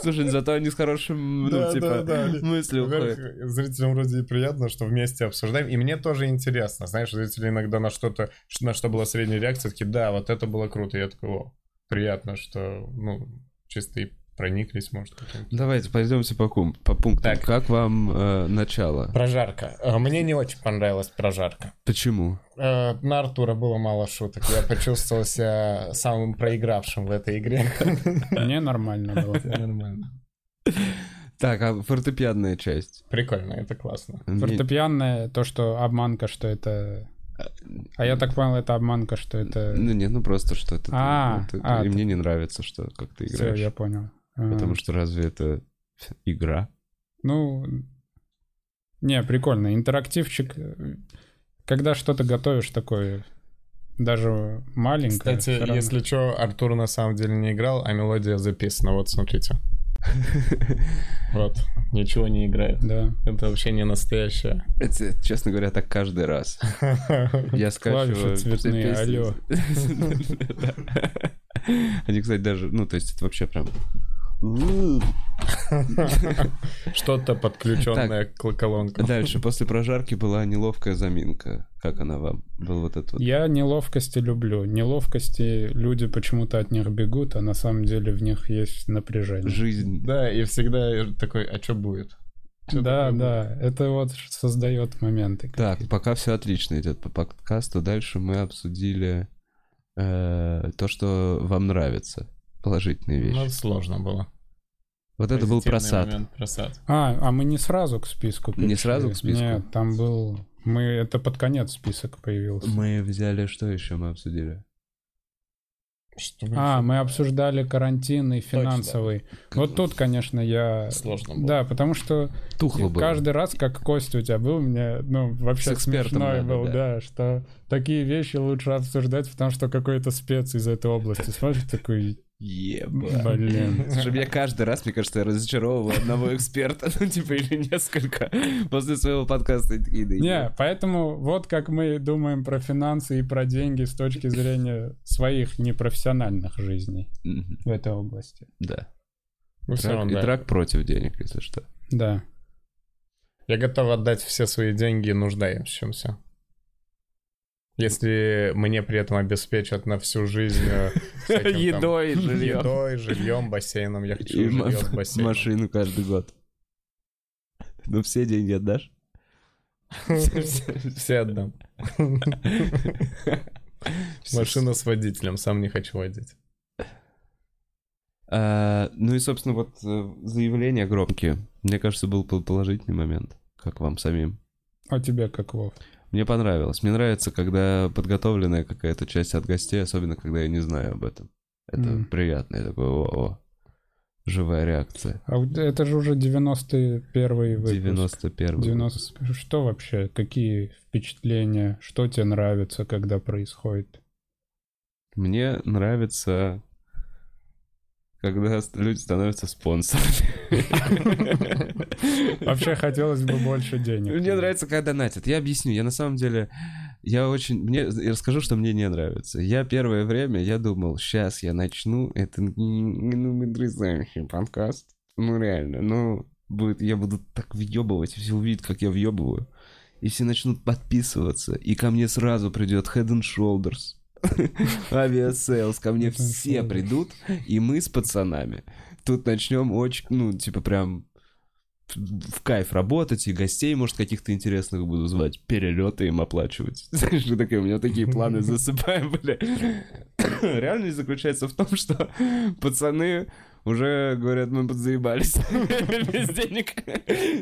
Слушай, зато они с хорошим, ну,
Да, да,
типа,
да.
мыслью
Во-первых,
уходят.
э, Зрителям вроде и приятно, что вместе обсуждаем. И мне тоже интересно. Знаешь, зрители иногда на что-то, ш- на что была средняя реакция, такие, да, вот это было круто. Я такой, о, приятно, что, ну, чисто и прониклись, может, каким-то.
Давайте пойдемте по, кум- по пунктам.
Так.
Как вам э, начало?
Прожарка. А, Мне не очень понравилась прожарка.
Почему?
Э, На Артура было мало шуток. Я почувствовал себя самым проигравшим в этой игре.
Мне
*laughs*
нормально было.
*laughs* Нормально.
Так, а фортепианная часть?
Прикольно, это классно.
Фортепианное, то, что обманка, что это... А я так понял, это обманка, что
Мне-
это...
Ну нет, ну просто что-то. ты-
А,
ну, ты- ты-
а,
и
ты-
мне не нравится, что как ты
Все,
играешь.
я понял. А,
Потому что разве это игра?
Ну, не, прикольно. Интерактивчик. Когда что-то готовишь такое, даже маленькое.
Кстати,
всё равно.
если что, Артур на самом деле не играл, а мелодия записана. Вот, смотрите. Вот. Ничего не играет.
Да.
Это вообще не настоящее.
Это, честно говоря, так каждый
*laughs*
раз. Я скачиваю
Клавиши цветные,
все песни.
алло.
Да. *laughs* Они, кстати, даже, ну, то есть это вообще прям...
Что-то подключенная к- колонка.
Дальше, после прожарки была неловкая заминка. Как она вам? Был вот этот вот...
Я неловкости люблю. Неловкости люди почему-то от них бегут, а на самом деле в них есть напряжение.
Жизнь.
Да, и всегда такой, а что будет? Всё
да,
такое
да, это вот ш- создает моменты.
Так, пока все отлично идет по подкасту. Дальше мы обсудили э, то, что вам нравится. Положительные вещи.
Ну, сложно было.
вот это был
Позитивный
просад.
момент, просад.
А, а мы не сразу к списку
Не сразу к списку?
Нет, там был... Мы... Это под конец список появился.
Мы взяли, что еще мы обсудили?
Что
А, мы обсуждали карантин и финансовый. Вот тут, конечно, я...
сложно было.
Да, потому что
тухло Ну, было.
каждый раз, как Костя у тебя был, мне, ну, вообще
С экспертом
смешной
надо,
был,
да.
да. что такие вещи лучше обсуждать, потому что какой-то спец из этой области смотрит такой,
Еба. *laughs*
Блин.
Слушай, меня каждый раз, мне кажется, я разочаровывал одного эксперта, ну, типа, или несколько, после своего подкаста. и такие, да
Не, поэтому вот как мы думаем про финансы и про деньги с точки зрения своих непрофессиональных жизней
Мгм,
в этой области.
Да.
Ну, всё
Драк-
равно,
И
да.
драк против денег, если
*laughs*
что.
Да.
Я готов отдать все свои деньги нуждающимся. Если мне при этом обеспечат на всю жизнь э, всяким там
*laughs* Едой, жильем.
едой, жильем, бассейном. Я
И
хочу
ма-
жилье с бассейном.
машину каждый год. Ну, все деньги отдашь?
Все отдам. Машина с водителем, сам не хочу водить.
А, Ну и, собственно, вот э, заявления громкие. Мне кажется, был пол- положительный момент, как вам самим.
А тебе как, Вов?
Мне понравилось. Мне нравится, когда подготовленная какая-то часть от гостей, особенно когда я не знаю об этом. Это
Мгм.
приятно. Я такой, о-о, живая реакция.
А вот это же уже 91-й выпуск.
91
90... Что вообще? Какие впечатления? Что тебе нравится, когда происходит?
*laughs* Мне нравится, когда с- люди становятся спонсорами.
*laughs* Вообще хотелось бы больше денег.
Мне нравится, когда донатят. Я объясню. Я на самом деле... Я очень... Мне... Я расскажу, что мне не нравится. Я первое время, я думал, сейчас я начну. Это н- н- ну, потрясающий подкаст. Ну, реально. Ну, будет... я буду так въебывать. Все увидят, как я въебываю. И все начнут подписываться. И ко мне сразу придет Head and Shoulders. *laughs* Авиасейлс. Ко мне
Head and
все
Shoulders.
придут. И мы с пацанами. Тут начнем очень... Ну, типа прям в кайф работать, и гостей, может, каких-то интересных буду звать, перелеты им оплачивать. *laughs* Знаешь, мы такие, у меня такие
*laughs*
планы засыпаем были. *coughs* Реальность заключается в том, что пацаны уже говорят, мы подзаебались *laughs* без денег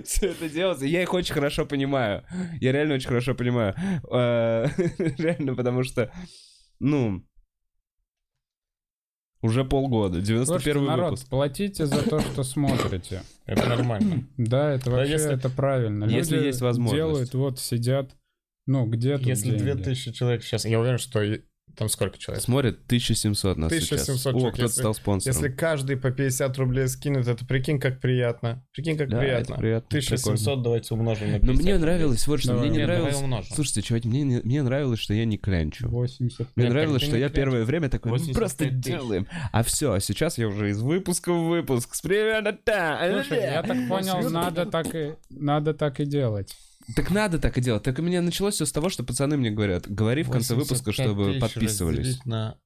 все это делать. И я их очень хорошо понимаю. Я реально очень хорошо понимаю. Э, *laughs* Реально, потому что, ну, уже полгода, 91
Слушайте, народ,
выпуск.
платите за то, что смотрите.
Это нормально.
Да, это вообще
если-
это правильно.
если
Люди
есть возможность.
делают, вот сидят, ну где тут
Если
деньги?
2000 человек сейчас... Я уверен, что и- там сколько человек?
Смотрит 1700 нас
1700
сейчас. О,
человек,
кто-то
если-
стал спонсором.
Если каждый по 50 рублей скинет, это прикинь, как приятно. Прикинь, как
Да,
приятно.
это приятно,
1700
прикольно.
давайте умножим на 50.
Но Ну, мне нравилось, вот что
Давай,
мне не
мне
нравилось.
умножим.
Слушайте, чуваки, мне, не- мне нравилось, что я не клянчу.
80.
Мне
Нет,
нравилось,
так ты
что
не
я
клянчил.
первое время такой, ну
85
просто
тысяч.
делаем. А все, а сейчас я уже из выпуска в выпуск. С привета, да,
Слушай,
да.
я так понял, надо так и надо так и делать.
Так надо так и делать. Так у меня началось все с того, что пацаны мне говорят, говори в конце выпуска,
85
чтобы
тысяч
подписывались.
разделить на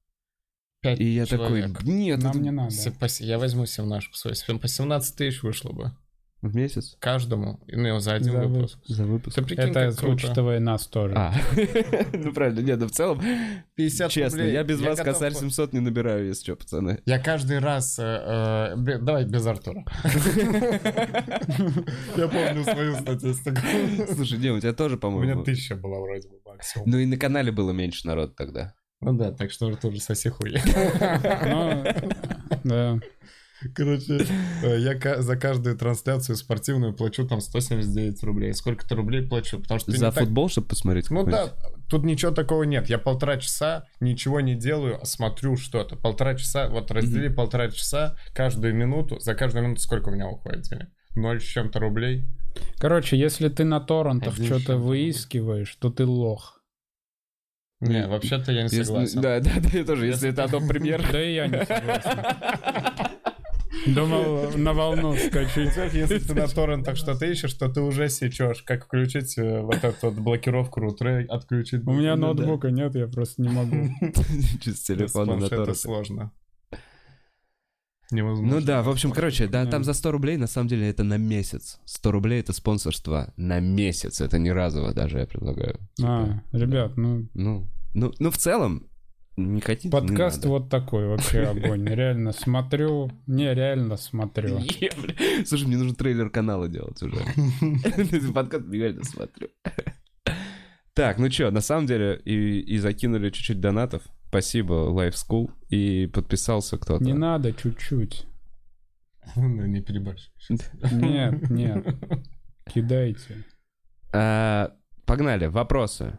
пять
И я такой,
человек.
нет, ну,
Нам
это
не надо.
Се- по се- Я возьму семнашку свою. Если По 17 тысяч вышло бы.
в месяц
Каждому. И, Ну, за один
За вы-
выпуск.
за выпуск.
Ты прикинь,
Это
как круто.
учитывая нас тоже.
А, *laughs* ну правильно, нет, ну в целом,
50
честно,
рублей.
я без вас
готов
косарь
по-
700 не набираю, если что, пацаны. *laughs*
Я каждый раз... э, э, бе- Давай без Артура. Я помню свою статистику.
Слушай, не, у тебя тоже,
У меня
по-моему...
тысяча была вроде бы максимум.
Ну и на канале было меньше народ тогда.
Ну да, так что Артур соси хуй.
Но, Ну, да.
Короче, э, я ка- за каждую трансляцию спортивную плачу там 179 рублей. Сколько-то рублей плачу, потому что ты
За
не так-
футбол, чтобы посмотреть?
Ну
какой-нибудь?
да, тут ничего такого нет. Я полтора часа ничего не делаю, а смотрю что-то. Полтора часа, вот раздели полтора часа каждую минуту. За каждую минуту сколько у меня уходит денег? Ноль с чем-то рублей.
Короче, если ты на торрентах
Один
что-то
шаг.
выискиваешь, то ты лох.
Не, вообще-то я не
Если- *laughs*
согласен.
Да, да, да, я тоже, если это Adobe *laughs* премьер.
Да и я не согласен.
*laughs*
Думал на волну скачать.
Представь, Если ты на торрентах что-то ищешь, то ты уже сечешь. Как включить э, вот эту вот блокировку рутрей, отключить.
У меня
Ну да.
ноутбука нет, я просто не могу.
Через
Без
телефон на
планшета
торрент.
сложно. Невозможно.
Ну да, в общем, короче, да,
Да.
там за 100 рублей, на самом деле, это на месяц. 100 рублей — это спонсорство на месяц, это не разово даже, я предлагаю.
А, ребят, ну
Ну, ну, ну в целом, не хотите,
подкаст *laughs* вот такой вообще огонь. Реально смотрю, не реально смотрю.
Слушай, мне нужно трейлер канала делать
*laughs*
уже. *laughs* Подкаст реально смотрю. Так, ну чё, на самом деле, и, и закинули чуть-чуть донатов. Спасибо, Life School. И подписался кто-то.
Не надо чуть-чуть.
Ну, не переборщи.
Нет,
*laughs*
нет. Кидайте.
Э, А, погнали, вопросы.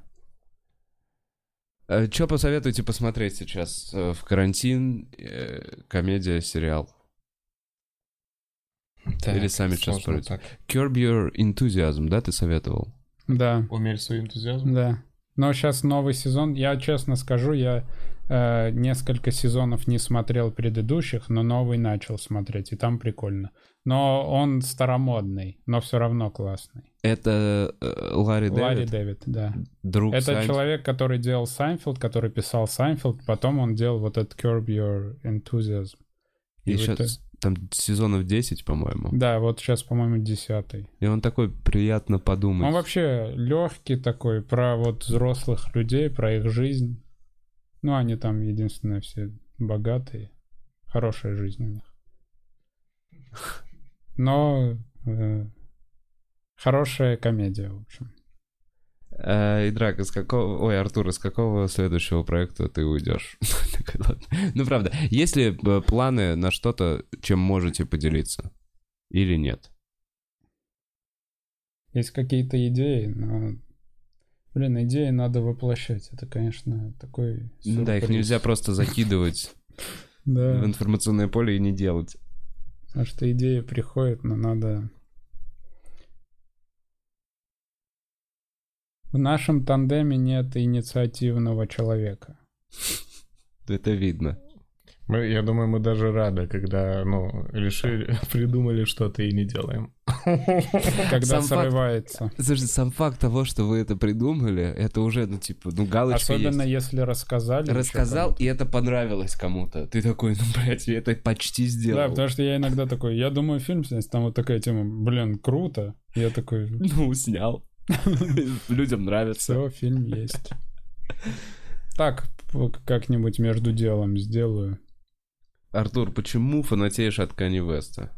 Что посоветуете посмотреть сейчас э, в карантин? Э, Комедия, сериал. Или сами сейчас
сложно
спросите.
так. *laughs*
Curb Your Enthusiasm, да, ты советовал?
Да.
Умерь свой энтузиазм.
Да. Но сейчас новый сезон. Я честно скажу, я э, несколько сезонов не смотрел предыдущих, но новый начал смотреть, и там прикольно. Но он старомодный, но все равно классный.
Это э, Ларри
Ларри
Дэвид,
Дэвид, да.
друг
Это
Сайнф-
человек, который делал Сайнфилд, который писал Сайнфилд, потом он делал вот этот Curb Your Enthusiasm.
И
вот
сейчас
это-
там сезонов 10, по-моему.
Да, вот сейчас, по-моему, десятый.
И он такой приятно подумать.
Ну, Он вообще легкий такой, про вот взрослых людей, про их жизнь. Ну, они там, единственное, все богатые. Хорошая жизнь у них. Но э, хорошая комедия, в общем.
Э, Идрак, из какого... Ой, Артур, из какого следующего проекта ты уйдешь? *laughs* Такой, ладно. Ну, правда, есть ли э, планы на что-то, чем можете поделиться? Или нет?
Есть какие-то идеи, но... Блин, идеи надо воплощать. Это, конечно, такой
Ну Да, их
сюрприз.
нельзя просто закидывать
*laughs* Да.
в информационное поле и не делать. *laughs*
Потому что идеи приходят, но надо... В нашем тандеме нет инициативного человека.
Это видно.
Мы, я думаю, мы даже рады, когда, ну, решили, *laughs* придумали что-то и не делаем.
Когда
Сам факт.
срывается.
Слушай, сам факт того, что вы это придумали, это уже, ну, типа, ну, галочка
Особенно
есть.
если рассказали. ещё
Рассказал, и это понравилось кому-то. Ты такой, ну, блядь, я это почти
кому-то. Да,
сделал.
потому что я иногда такой, я думаю, фильм снять, там вот такая тема, блин, круто.
*laughs*
Я
*laughs*
такой,
Ну, снял. Людям нравится.
все, фильм есть. Так, п- как-нибудь между делом сделаю.
Артур, почему фанатеешь от Кани Веста?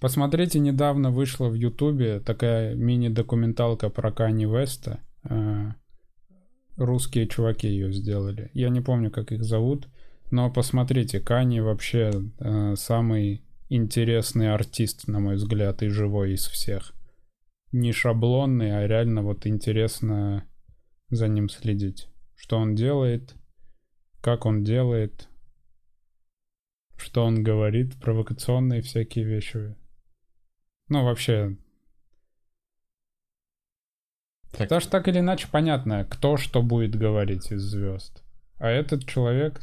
Посмотрите, недавно вышла в Ютубе такая мини-документалка про Кани Веста. Э, Русские чуваки ее сделали. Я не помню, как их зовут, но посмотрите, Кани вообще э, самый интересный артист, на мой взгляд, и живой из всех. Не шаблонный, а реально вот интересно за ним следить. Что он делает, как он делает, что он говорит, провокационные всякие вещи. Ну, вообще...
Так.
Потому что так или иначе понятно, кто что будет говорить из звезд. А этот человек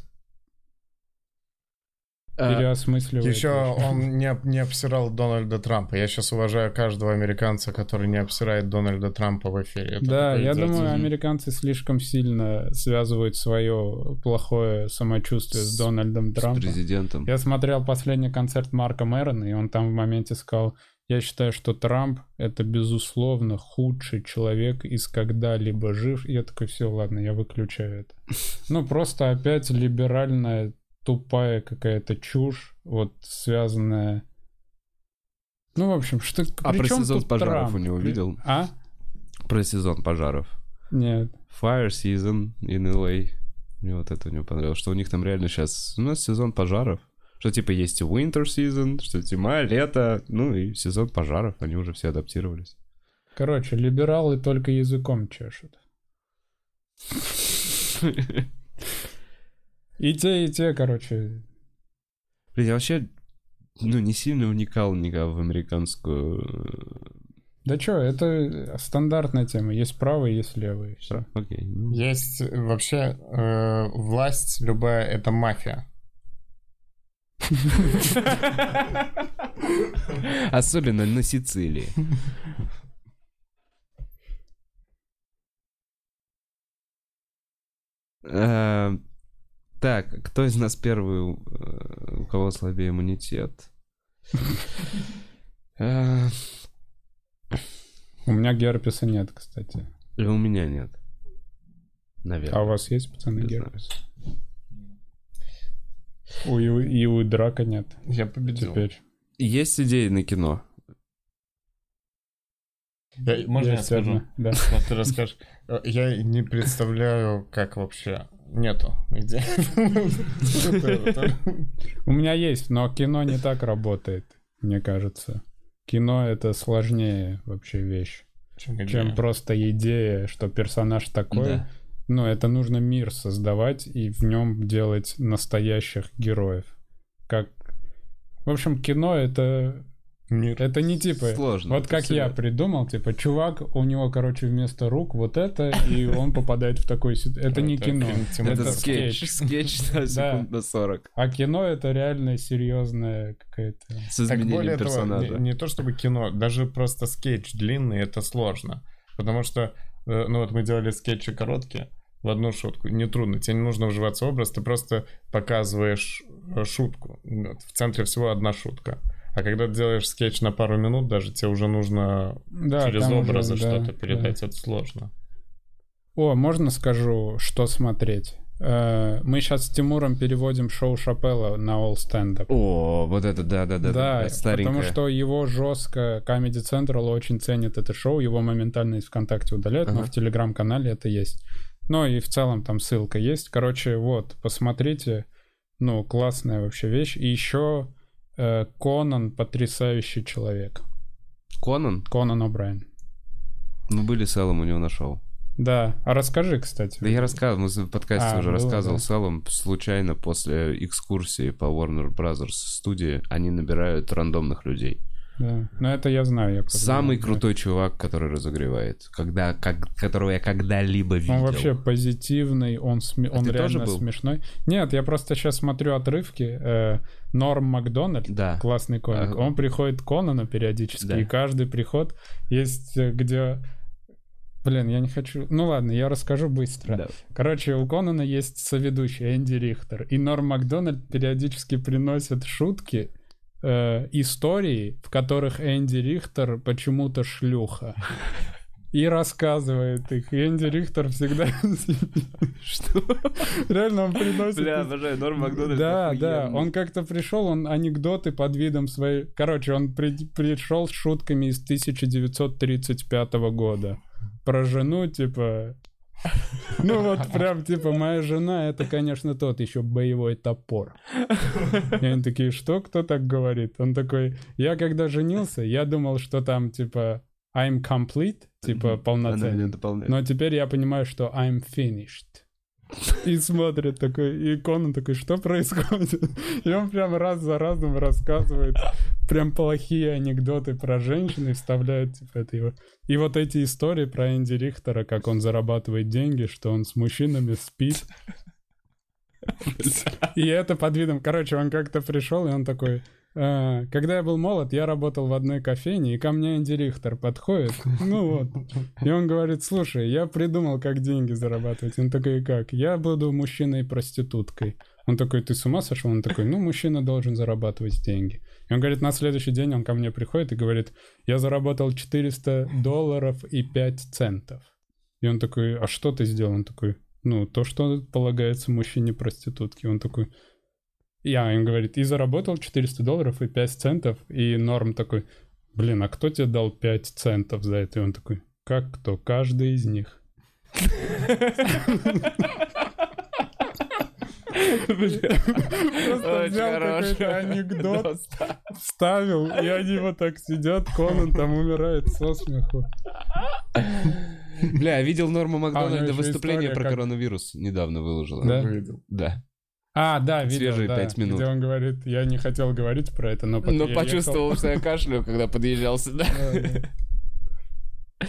переосмысливает.
Еще
вещи.
он не, об- не обсирал Дональда Трампа. Я сейчас уважаю каждого американца, который не обсирает Дональда Трампа в эфире. Это
Да, я
какой-то-
думаю, американцы слишком сильно связывают свое плохое самочувствие с Дональдом
С
Трампом.
президентом.
Я смотрел последний концерт Марка Мэрона, и он там в моменте сказал, я считаю, что Трамп — это, безусловно, худший человек из когда-либо жив. И я такой, все, ладно, я выключаю
*laughs*
это. Ну, просто опять либеральная тупая какая-то чушь, вот связанная... Ну, в общем, что...
А
при
про
чём
сезон
тут
пожаров
Трамп?
у него
При-
видел?
А?
Про сезон пожаров.
Нет.
Fire Season in LA. Мне вот это мне понравилось, что у них там реально сейчас... У нас сезон пожаров. Что типа есть и Winter Season, что зима, лето, ну и сезон пожаров. Они уже все адаптировались.
Короче, либералы только языком чешут. И те, и те, короче,
Блин, я вообще ну, не сильно вникал никак в американскую...
Да чё, это стандартная тема. Есть правые, есть левые. Всё.
Окей. ну,
Есть э, вообще э, власть любая, это мафия.
Особенно на Сицилии. Э, Так, кто из нас первый, э, у кого слабее иммунитет? Э,
У меня герпеса нет, кстати.
и У меня нет.
А
Наверное.
у вас есть, пацаны,
Не знаю.
герпес? У, и, у- и у драка нет
Я победил.
теперь.
Есть идеи на кино?
Я- Э, можно я
Есть
скажу?
одна, Да.
А ты расскажешь. Э, Я не представляю, как вообще нету идей.
*laughs* У меня есть, но кино не так работает, мне кажется. Кино — это сложнее вообще вещь,
Чем
чем
идея?
просто идея, что персонаж такой.
Да.
ну, это нужно мир создавать и в нем делать настоящих героев. Как... В общем, кино это... Это не типа...
Сложно.
Вот
это
как
всё.
я придумал, типа, чувак, у него, короче, вместо рук вот это, и он попадает в такой... сит- Это не кино.
Это
это
скетч. *laughs* Скетч на секунд на 40.
А кино это реально серьезная какая-то...
С
Так более
изменением
того, не,
персонажа.
не то чтобы кино, даже просто скетч длинный, это сложно. Потому что, э, ну вот мы делали скетчи короткие, в одну шутку. Нетрудно, тебе не нужно вживаться в образ, ты просто показываешь э, шутку. Вот В центре всего одна шутка. А когда ты делаешь скетч на пару минут, даже тебе уже нужно
Да,
через
там уже,
образы
да, да.
что-то передать. Это сложно.
О, можно скажу, что смотреть? Э, Мы сейчас с Тимуром переводим шоу Шапелла на All Stand Up.
О, вот это, да-да-да.
Да,
старенькая.
потому что его жестко Comedy Central очень ценит это шоу, его моментально из ВКонтакте удаляют, но
Ага.
в Телеграм-канале это есть. Ну и в целом там ссылка есть. Короче, вот, посмотрите. Ну, классная вообще вещь. И еще э, Конан потрясающий человек.
Конан?
Конан О'Брайен.
Мы были с Эллом у него на шоу.
Да, а расскажи, кстати.
Да я рассказывал, мы в подкасте
А,
уже
было,
рассказывал
да.
с Эллом, случайно после экскурсии по Warner Brothers студии они набирают рандомных людей.
Да. Ну это я знаю. я
Самый
понимаю.
крутой чувак, который разогревает, когда, как, которого я когда-либо видел.
Он вообще позитивный, он, сме-
А
он
ты
реально
тоже был?
смешной. Нет, я просто сейчас смотрю отрывки. э, Норм Макдональд,
Да.
классный комик,
Ага.
он приходит к Конану периодически,
А, Да.
и каждый приход есть э, где... Блин, я не хочу... Ну ладно, я расскажу быстро.
Да.
Короче, у Конана есть соведущий Энди Рихтер, и Норм Макдональд периодически приносит шутки, э, истории, в которых Энди Рихтер почему-то шлюха. И рассказывает их. И Энди Рихтер всегда... *laughs*
Что?
Реально, он приносит...
Бля,
из-
обожаю, Норм
Ну,
Макдональд.
Да, да,
охуенный.
он как-то пришел, он анекдоты под видом своей... Короче, он при- пришел с шутками из 1935 года. Про жену, типа... *laughs* Ну вот прям, типа, моя жена, это, конечно, тот еще боевой топор. И они такие, что, кто так говорит? Он такой, я когда женился, я думал, что там, типа, I'm complete, типа,
Она меня
полноценный.
дополняет.
Но теперь я понимаю, что I'm finished. И смотрит такой, и Конан такой, что происходит? И он прям раз за разом рассказывает прям плохие анекдоты про женщин и вставляет типа это его. И вот эти истории про Энди Рихтера, как он зарабатывает деньги, что он с мужчинами спит. *laughs* И это под видом, короче, он как-то пришел, и он такой, «А, когда я был молод, я работал в одной кофейне, и ко мне Энди Рихтер подходит. Ну вот. И он говорит, слушай, я придумал, как деньги зарабатывать. Он такой, как? Я буду мужчиной-проституткой. Он такой, ты с ума сошел? Он такой, ну, мужчина должен зарабатывать деньги. И он говорит, на следующий день он ко мне приходит и говорит, я заработал 400 долларов и 5 центов. И он такой, а что ты сделал? Он такой, ну, то, что полагается мужчине-проститутке. Он такой, я им говорит, и заработал 400 долларов и 5 центов. И Норм такой, блин, а кто тебе дал 5 центов за это? И он такой, как кто? Каждый из них. Просто
Очень
взял
хороший
какой-то анекдот, вставил, и они вот так сидят, Конан там умирает со смеху.
Бля, я видел Норма Макдональда
А, ещё
выступление
история,
про
как-
коронавирус недавно выложила.
Да?
Видел.
Да.
А, да, видел,
Свежие
да,
пять минут.
Где он говорит, я не хотел говорить про это, но... потом
Но
я
почувствовал, что я кашляю, когда подъезжал сюда.
ехал». Да, да.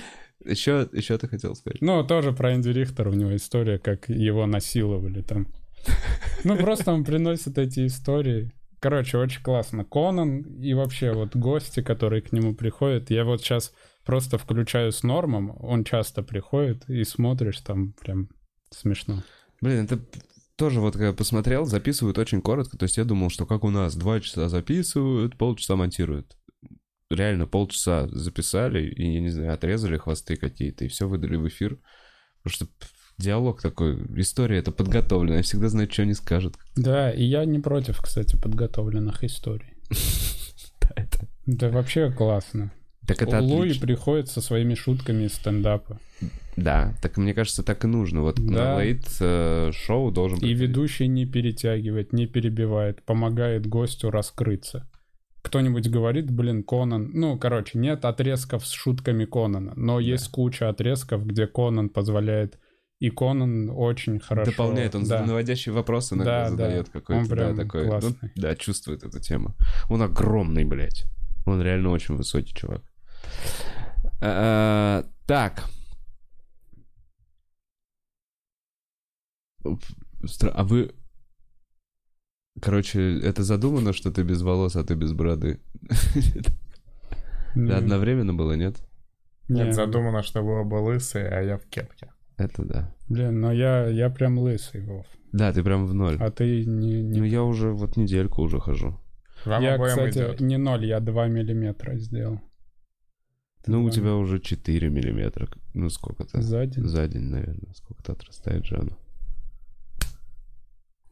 Еще, еще ты хотел сказать?
Ну, тоже про Энди Рихтер, у него история, как его насиловали там. Ну, просто он приносит эти истории. Короче, очень классно. Конан и вообще вот гости, которые к нему приходят. Я вот сейчас просто включаю с Нормом, он часто приходит, и смотришь там прям смешно.
Блин, это тоже вот когда посмотрел, записывают очень коротко. То есть я думал, что как у нас, два часа записывают, полчаса монтируют. Реально полчаса записали и, я не знаю, отрезали хвосты какие-то и все выдали в эфир. Потому что пф, диалог такой, история это подготовленная, всегда знает, что они скажут.
Да, и я не против, кстати, подготовленных историй.
*laughs* Да, это-
Да вообще классно.
Так это
Луи
отлично.
приходит со своими шутками из стендапа.
Да, так мне кажется, так и нужно. Вот
Да.
на лейт э, шоу должен
И
приходить.
ведущий не перетягивает, не перебивает, помогает гостю раскрыться. Кто-нибудь говорит, блин, Конан... Ну, короче, нет отрезков с шутками Конана, но есть куча отрезков, где Конан позволяет И Конан очень хорошо...
Дополняет, он
да.
наводящие вопросы иногда
Да, да.
задает
Он
какой-то.
прям
да, такой,
классный.
он, да, чувствует эту тему. Он огромный, блядь. Он реально очень высокий чувак. А, так. Стра- А вы... Короче, это задумано, что ты без волос, а ты без бороды.
М,
Да, одновременно было, нет?
не, ну
Нет, задумано, что было бы лысый, а я в кепке.
Это да.
Блин, но я, я прям лысый, Вов.
Да, ты прям в ноль.
А ты не... не-
Ну я уже вот недельку уже хожу.
Вам
я,
обоим
кстати,
идет.
не ноль, я 2 миллиметра сделал
Ну, у
Нормально.
тебя уже 4 миллиметра. Ну, сколько-то.
за день.
За день, наверное. Сколько-то отрастает же оно.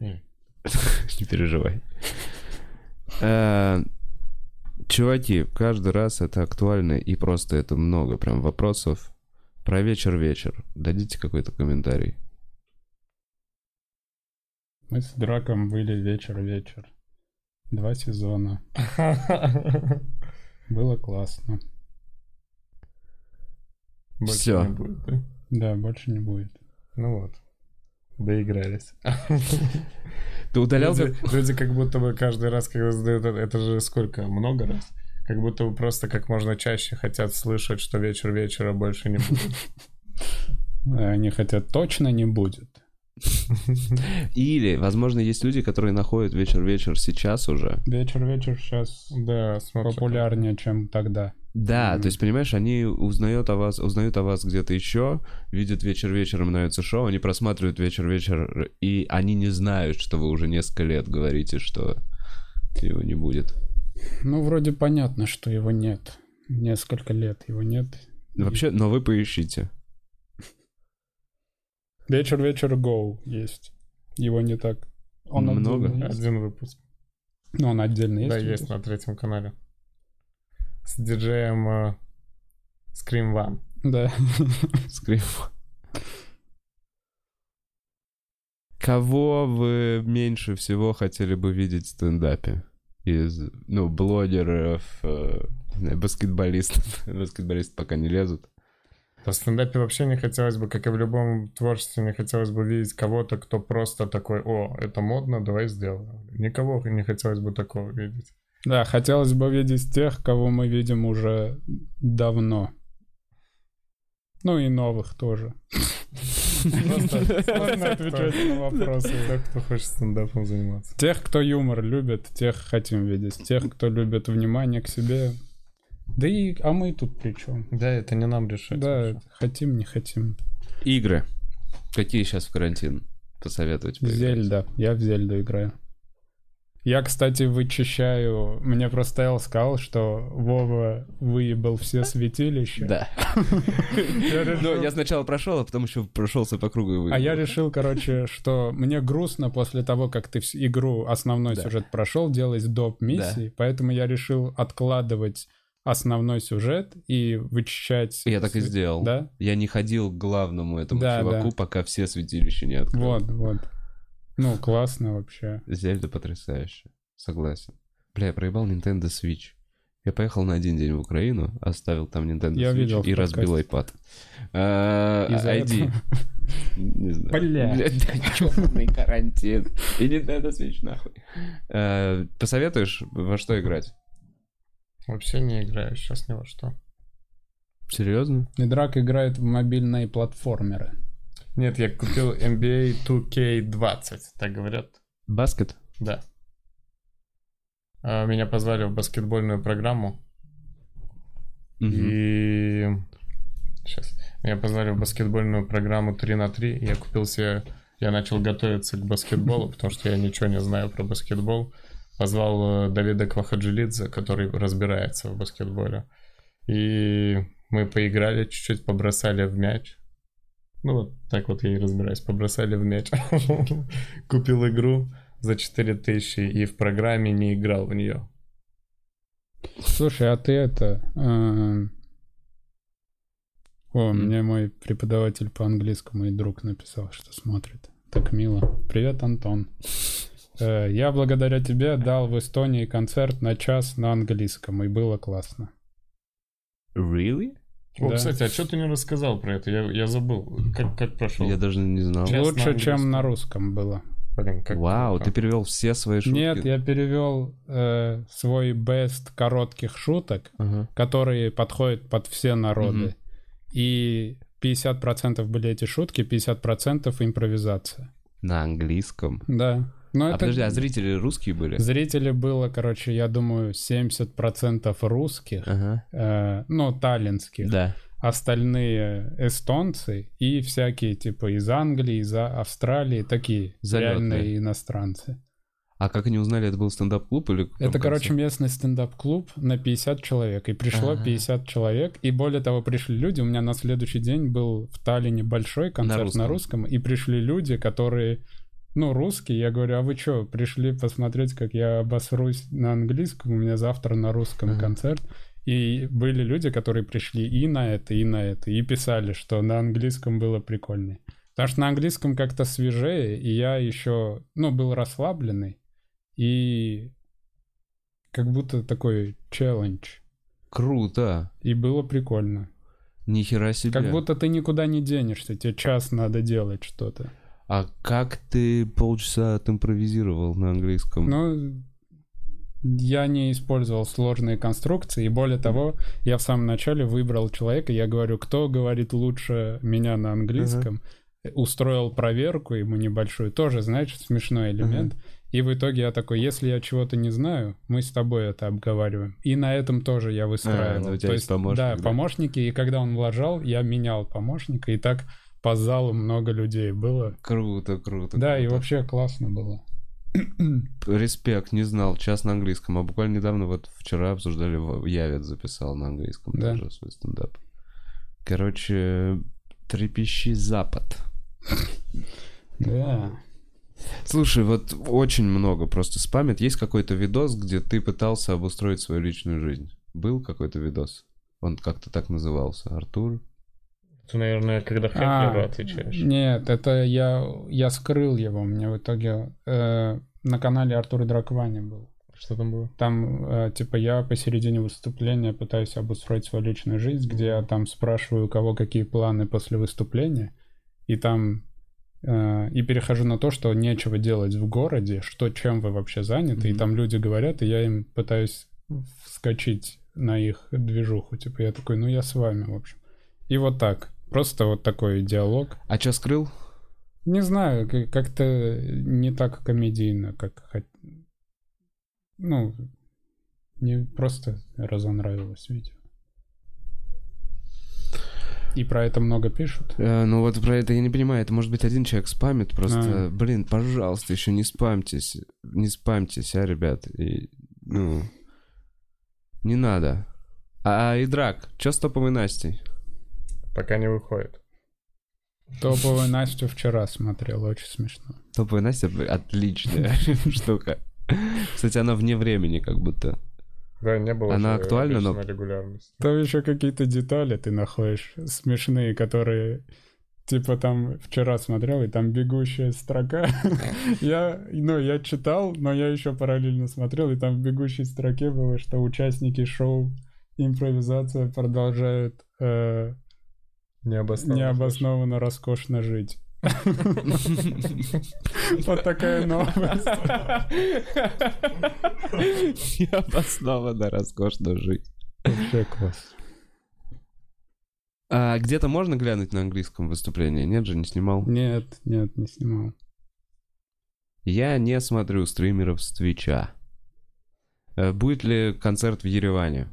М.
*laughs* Не переживай. Э, Чуваки, каждый раз это актуально и просто это много прям вопросов. Про вечер-вечер. Дадите какой-то комментарий.
Мы с Драком были вечер-вечер. Два сезона. Было классно.
Больше
Всё.
не будет, да?
Да, больше не будет.
Ну вот. Доигрались.
Ты удалял?
Люди, люди как будто бы каждый раз, когда задают, это- это же сколько, много раз? Как будто бы просто как можно чаще хотят слышать, что вечер вечера больше не будет.
Э, Они хотят, точно не будет.
Или, возможно, есть люди, которые находят вечер-вечер сейчас уже.
Вечер-вечер сейчас
Да, смотри.
популярнее, чем тогда.
Да,
Мгм.
то есть, понимаешь, они узнают о вас, узнают о вас где-то еще, видят вечер вечером нравится шоу, они просматривают вечер вечер, и они не знают, что вы уже несколько лет говорите, что его не будет.
Ну, вроде понятно, что его нет. Несколько лет его нет.
Ну, Вообще, но вы поищите.
Вечер-вечер гоу есть. Его не так.
Много?
отдельно есть.
Один выпуск.
Ну, он отдельно есть.
Да, есть на третьем канале. С диджеем э, Scream One.
Да.
Скрим. Кого вы меньше всего хотели бы видеть в стендапе? Из, ну, блогеров, э, не знаю, *laughs* баскетболистов. Баскетболисты пока не лезут.
Да, В стендапе вообще не хотелось бы, как и в любом творчестве, не хотелось бы видеть кого-то, кто просто такой, о, это модно, давай сделаем. Никого не хотелось бы такого видеть.
Да, хотелось бы видеть тех, кого мы видим уже давно. Ну и новых тоже.
Просто
Можно отвечать на
просто
вопросы.
тех, кто хочет стендапом заниматься.
Тех, кто юмор любит, тех хотим видеть. Тех, кто любит внимание к себе. Да и, а мы тут при чем?
Да, это не нам решать.
Да, хотим, не хотим.
Игры. Какие сейчас в карантин? Посоветовать. поиграть?
Зельда. Я в Зельду играю. Я, кстати, вычищаю... Мне просто Эл сказал, что Вова выебал все святилища.
Да. Ну, я сначала прошел, а потом еще прошелся по кругу и выиграл.
А я решил, короче, что мне грустно после того, как ты вс- игру основной
Да.
сюжет прошел, делать доп миссии, поэтому я решил откладывать основной сюжет и вычищать.
Я так и
св-
сделал.
Да?
Я не ходил к главному этому
Да,
чуваку,
да.
пока все святилища не открыл.
Вот, вот. Ну, классно вообще.
Зельда потрясающе. Согласен. Бля, я проебал Nintendo Switch. Я поехал на один день в Украину, оставил там Nintendo
Я
Switch
видел в
и разбил iPad. А,
Из-за
ID.
этого. *laughs*
Не знаю.
Бля.
да чёрный карантин. И Nintendo Switch нахуй. Э, Посоветуешь, во что играть?
Вообще не играю сейчас ни во что.
Серьезно?
И Драк играет в мобильные платформеры.
Нет, я купил NBA 2K20, так говорят.
Баскет?
Да. А, Меня позвали в баскетбольную программу.
Мгм.
И сейчас меня позвали в баскетбольную программу 3 на 3. Я купил себе, я начал готовиться к баскетболу, потому что я ничего не знаю про баскетбол. Позвал э, Давида Квахаджилидзе, который разбирается в баскетболе. И мы поиграли чуть-чуть, побросали в мяч. Ну вот так вот я и разбираюсь. Побросали в мяч. *laughs* Купил игру за 4000 и в программе не играл в нее.
Слушай, а ты это... эм, О, мне мой преподаватель по английскому и друг написал, что смотрит. Так мило. Привет, Антон. Э, Я благодаря тебе дал в Эстонии концерт на час на английском, и было классно.
Really?
О,
Да.
кстати, а что ты не рассказал про это? Я, я забыл. Как, как прошел?
Я даже не знал.
Честно,
Лучше, чем
английском.
на русском было.
Блин, как
Вау,
плохо.
ты перевел все свои шутки.
Нет, я перевел э, свой бест коротких шуток,
Ага.
которые подходят под все народы. И 50% были эти шутки, 50% импровизация.
На английском.
Да. Но
А
это
подожди, а зрители русские были?
зрители было, короче, я думаю, 70% русских,
Ага.
э, ну, таллинских,
А. Да.
остальные эстонцы и всякие типа из Англии, из А- Австралии, такие
Залетные.
реальные иностранцы.
А как они узнали, это был стендап-клуб или... какой-то
Это, короче,
концерт?
местный стендап-клуб на 50 человек. И пришло
Ага.
50 человек. И более того, пришли люди. У меня на следующий день был в Таллине большой концерт
русском.
на русском. И пришли люди, которые, ну, русские. Я говорю, а вы что, пришли посмотреть, как я обосрусь на английском? У меня завтра на русском
Ага.
концерт. И были люди, которые пришли и на это, и на это. И писали, что на английском было прикольнее. Потому что на английском как-то свежее, и я еще, ну, был расслабленный. И как будто такой челлендж.
Круто.
И было прикольно.
Нихера себе.
Как будто ты никуда не денешься, тебе час надо делать что-то.
А как ты полчаса отимпровизировал на английском?
Ну, я не использовал сложные конструкции, и более того, я в самом начале выбрал человека, я говорю, кто говорит лучше меня на английском, устроил проверку ему небольшую, тоже, знаешь, смешной элемент. И в итоге я такой, если я чего-то не знаю, мы с тобой это обговариваем. И на этом тоже я выстраивал.
А, ну, у тебя
То
есть помощник,
Да,
да.
помощники. И когда он вложал, я менял помощника. И так по залу много людей было.
Круто, круто.
да, и
круто.
вообще классно было.
Респект, не знал, час на английском. А буквально недавно, вот вчера обсуждали, в- Явец записал на английском
Да.
тоже свой стендап. Короче, трепещи запад.
Да.
Слушай, вот очень много просто спамит. Есть какой-то видос, где ты пытался обустроить свою личную жизнь? Был какой-то видос? Он как-то так назывался. Артур?
Ты, наверное, когда Хеклеру отвечаешь.
Нет, это я, я скрыл его. Мне в итоге э, на канале Артура Драквани был.
Что там было?
Там, э, типа, я посередине выступления пытаюсь обустроить свою личную жизнь, где я там спрашиваю, у кого какие планы после выступления, и там э, и перехожу на то, что нечего делать в городе, что чем вы вообще заняты, и
Мгм.
там люди говорят, и я им пытаюсь вскочить на их движуху, типа, я такой, ну я с вами, в общем. И вот так, просто вот такой диалог.
А чё скрыл?
Не знаю, к- как-то не так комедийно, как хот- Ну, мне просто разонравилось видео. И про это много пишут.
Э, ну вот про это я не понимаю. Это может быть один человек спамит просто.
А.
Блин, пожалуйста, еще не спамьтесь. Не спамьтесь, а, ребят. И, ну, не надо. А, и драк, чё с топом и Настей?
Пока не выходит.
Топовую Настю вчера смотрел, очень смешно.
Топовая Настя б- отличная *laughs* штука. Кстати, она вне времени как будто.
Да, не было.
Она
же
актуальна, но-
обещанной
*laughs*
регулярности.
Там еще какие-то детали ты находишь смешные, которые... Типа там вчера смотрел, и там бегущая строка. *laughs* Я, ну, я читал, но я еще параллельно смотрел, и там в бегущей строке было, что участники шоу импровизация продолжают э,
Необоснованно.
необоснованно роскошно жить. *laughs* Вот такая новость.
Необоснованно роскошно жить.
Вообще класс.
А где-то можно глянуть на английском выступлении? Нет же, не снимал.
Нет, нет, не снимал.
Я не смотрю стримеров с Твича. Э, Будет ли концерт в Ереване?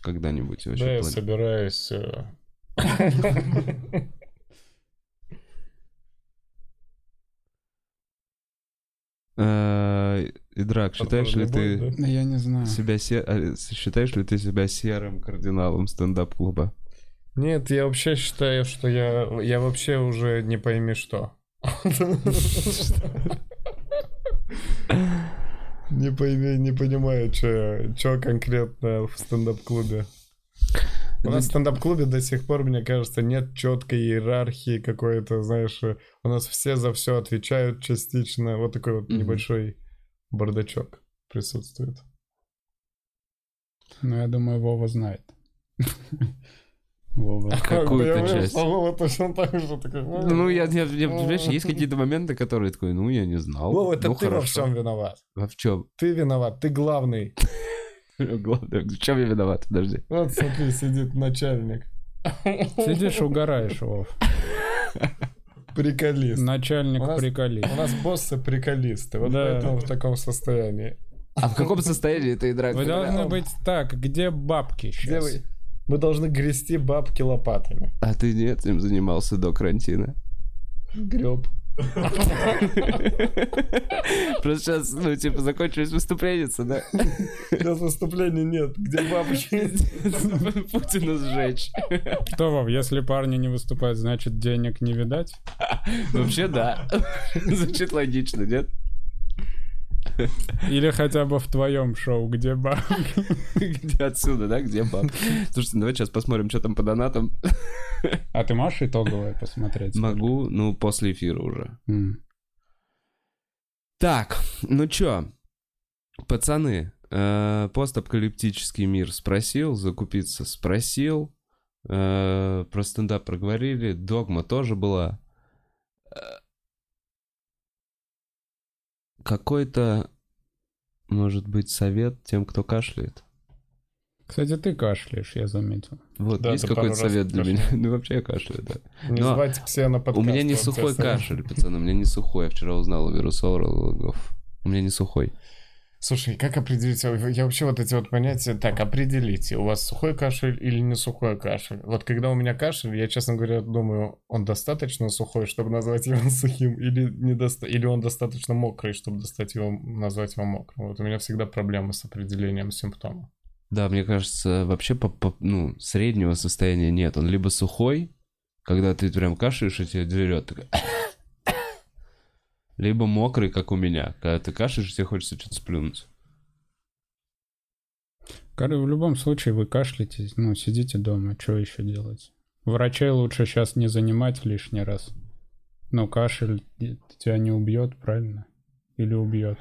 Когда-нибудь вообще
Да, я
плани-
собираюсь... э,
*laughs* Э, Идрак, считаешь ли
Любой,
ты
А да?
Я не знаю.
себя се- э, с- считаешь ли ты себя серым кардиналом стендап-клуба?
*laughs* Нет, я вообще считаю, что я... Я вообще уже не пойми что. Не пойми, не понимаю, что конкретно в стендап-клубе. У нас в стендап-клубе до сих пор, мне кажется, нет четкой иерархии какой-то, знаешь, э, у нас все за все отвечают частично. Вот такой вот
Мгм.
небольшой бардачок присутствует.
Но я думаю, Вова знает. Вова.
Какую-то часть.
Слово точно так же. такой,
Ну, я, я, я- понимаешь,
*laughs*
есть какие-то моменты, которые такой, ну, я не знал.
Вова, это
ну,
ты во всем виноват.
А в чем?
Ты виноват, ты главный.
*laughs* Главное, в чем я виноват? Подожди.
Вот, смотри, сидит начальник.
А Сидишь, угораешь, Вов.
Приколист.
Начальник
У нас-
приколи.
У нас боссы приколисты, вот
Да.
поэтому в таком состоянии.
А в каком состоянии ты играешь?
Вы должны быть так, где бабки
Где
сейчас?
вы? Мы должны грести бабки лопатами.
А ты не этим занимался до карантина?
Греб.
*laughs* Просто сейчас, ну, типа, закончились выступления, да?
Сейчас выступления нет. Где бабки?
*laughs* Путина сжечь.
Что, Вов, если парни не выступают, значит денег не видать?
Вообще, да. *laughs* Звучит логично, нет?
Или хотя бы в твоем шоу, где бабки?
Где отсюда, да? Где баб? Слушайте, давай сейчас посмотрим, что там по донатам.
А ты можешь итоговое посмотреть?
Могу, ну, после эфира уже.
М.
Так, ну чё, пацаны, э, постапокалиптический мир спросил, закупиться спросил, э, про стендап проговорили, догма тоже была. Э, Какой-то, может быть, совет тем, кто кашляет?
Кстати, ты кашляешь, я заметил.
Вот,
Да,
есть
ты пару
какой-то
раз
совет для меня? *laughs*
кашлял.
Ну, вообще я кашляю, да.
Не
Но
звать все на подкаст.
У меня не
вот
сухой
честно.
кашель, пацаны, у меня не сухой. Я вчера узнал у вирусологов. У меня не сухой.
Слушай, как определить? Я вообще вот эти вот понятия... Так, определите, у вас сухой кашель или не сухой кашель. Вот когда у меня кашель, я, честно говоря, думаю, он достаточно сухой, чтобы назвать его *laughs* сухим, или, не доста... или он достаточно мокрый, чтобы достать его, назвать его мокрым. Вот у меня всегда проблемы с определением симптома.
Да, мне кажется, вообще по, по- ну, среднего состояния нет. Он либо сухой, когда ты прям кашляешь и тебя дерет. такой Либо мокрый, как у меня. Когда ты кашляешь, и тебе хочется что-то сплюнуть.
Короче, в любом случае вы кашляете, ну, сидите дома, что еще делать? Врачей лучше сейчас не занимать лишний раз. Но кашель э, тебя не убьет, правильно? Или убьет?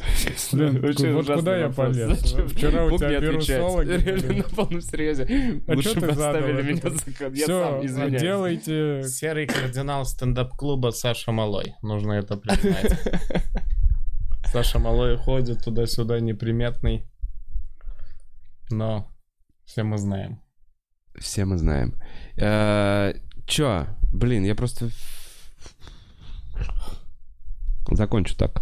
Блин,
Очень
вот
ужасный
куда я
вопрос.
полез?
Зачем?
Вчера у
Мог не
тебя
отвечать.
вирусологи.
Реально, на
блин.
полном серьезе.
А
Лучше
чё ты
бы
задал
оставили меня
этот-
за кон- Я сам
Все,
извиняюсь.
делайте...
Серый кардинал стендап-клуба Саша Малой. Нужно это *laughs* признать. Саша Малой ходит туда-сюда неприметный. Но все мы знаем.
Все мы знаем. Э, Чё? Блин, я просто... Закончу так.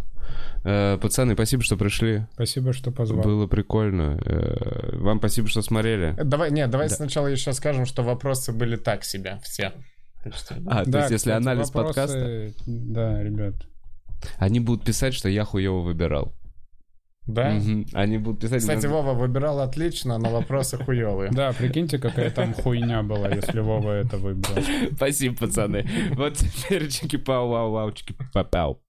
Э, Пацаны, спасибо, что пришли.
Спасибо, что позвал.
Было прикольно. Э, Вам спасибо, что смотрели.
Давай, нет, давай сначала еще скажем, что вопросы были так себе все. Так что,
А, то
Да,
есть, если
кстати,
анализ
вопросы-
подкаста,
Да, ребят.
они будут писать, что я хуево выбирал.
Да?
Мгм. Они будут писать... *laughs*
Кстати,
ну,
Вова выбирал отлично, но вопросы хуевые.
Да, прикиньте, какая там хуйня была, если Вова это выбрал.
Спасибо, пацаны. Вот теперь чики-пау-вау-вау, чики-пау-пау.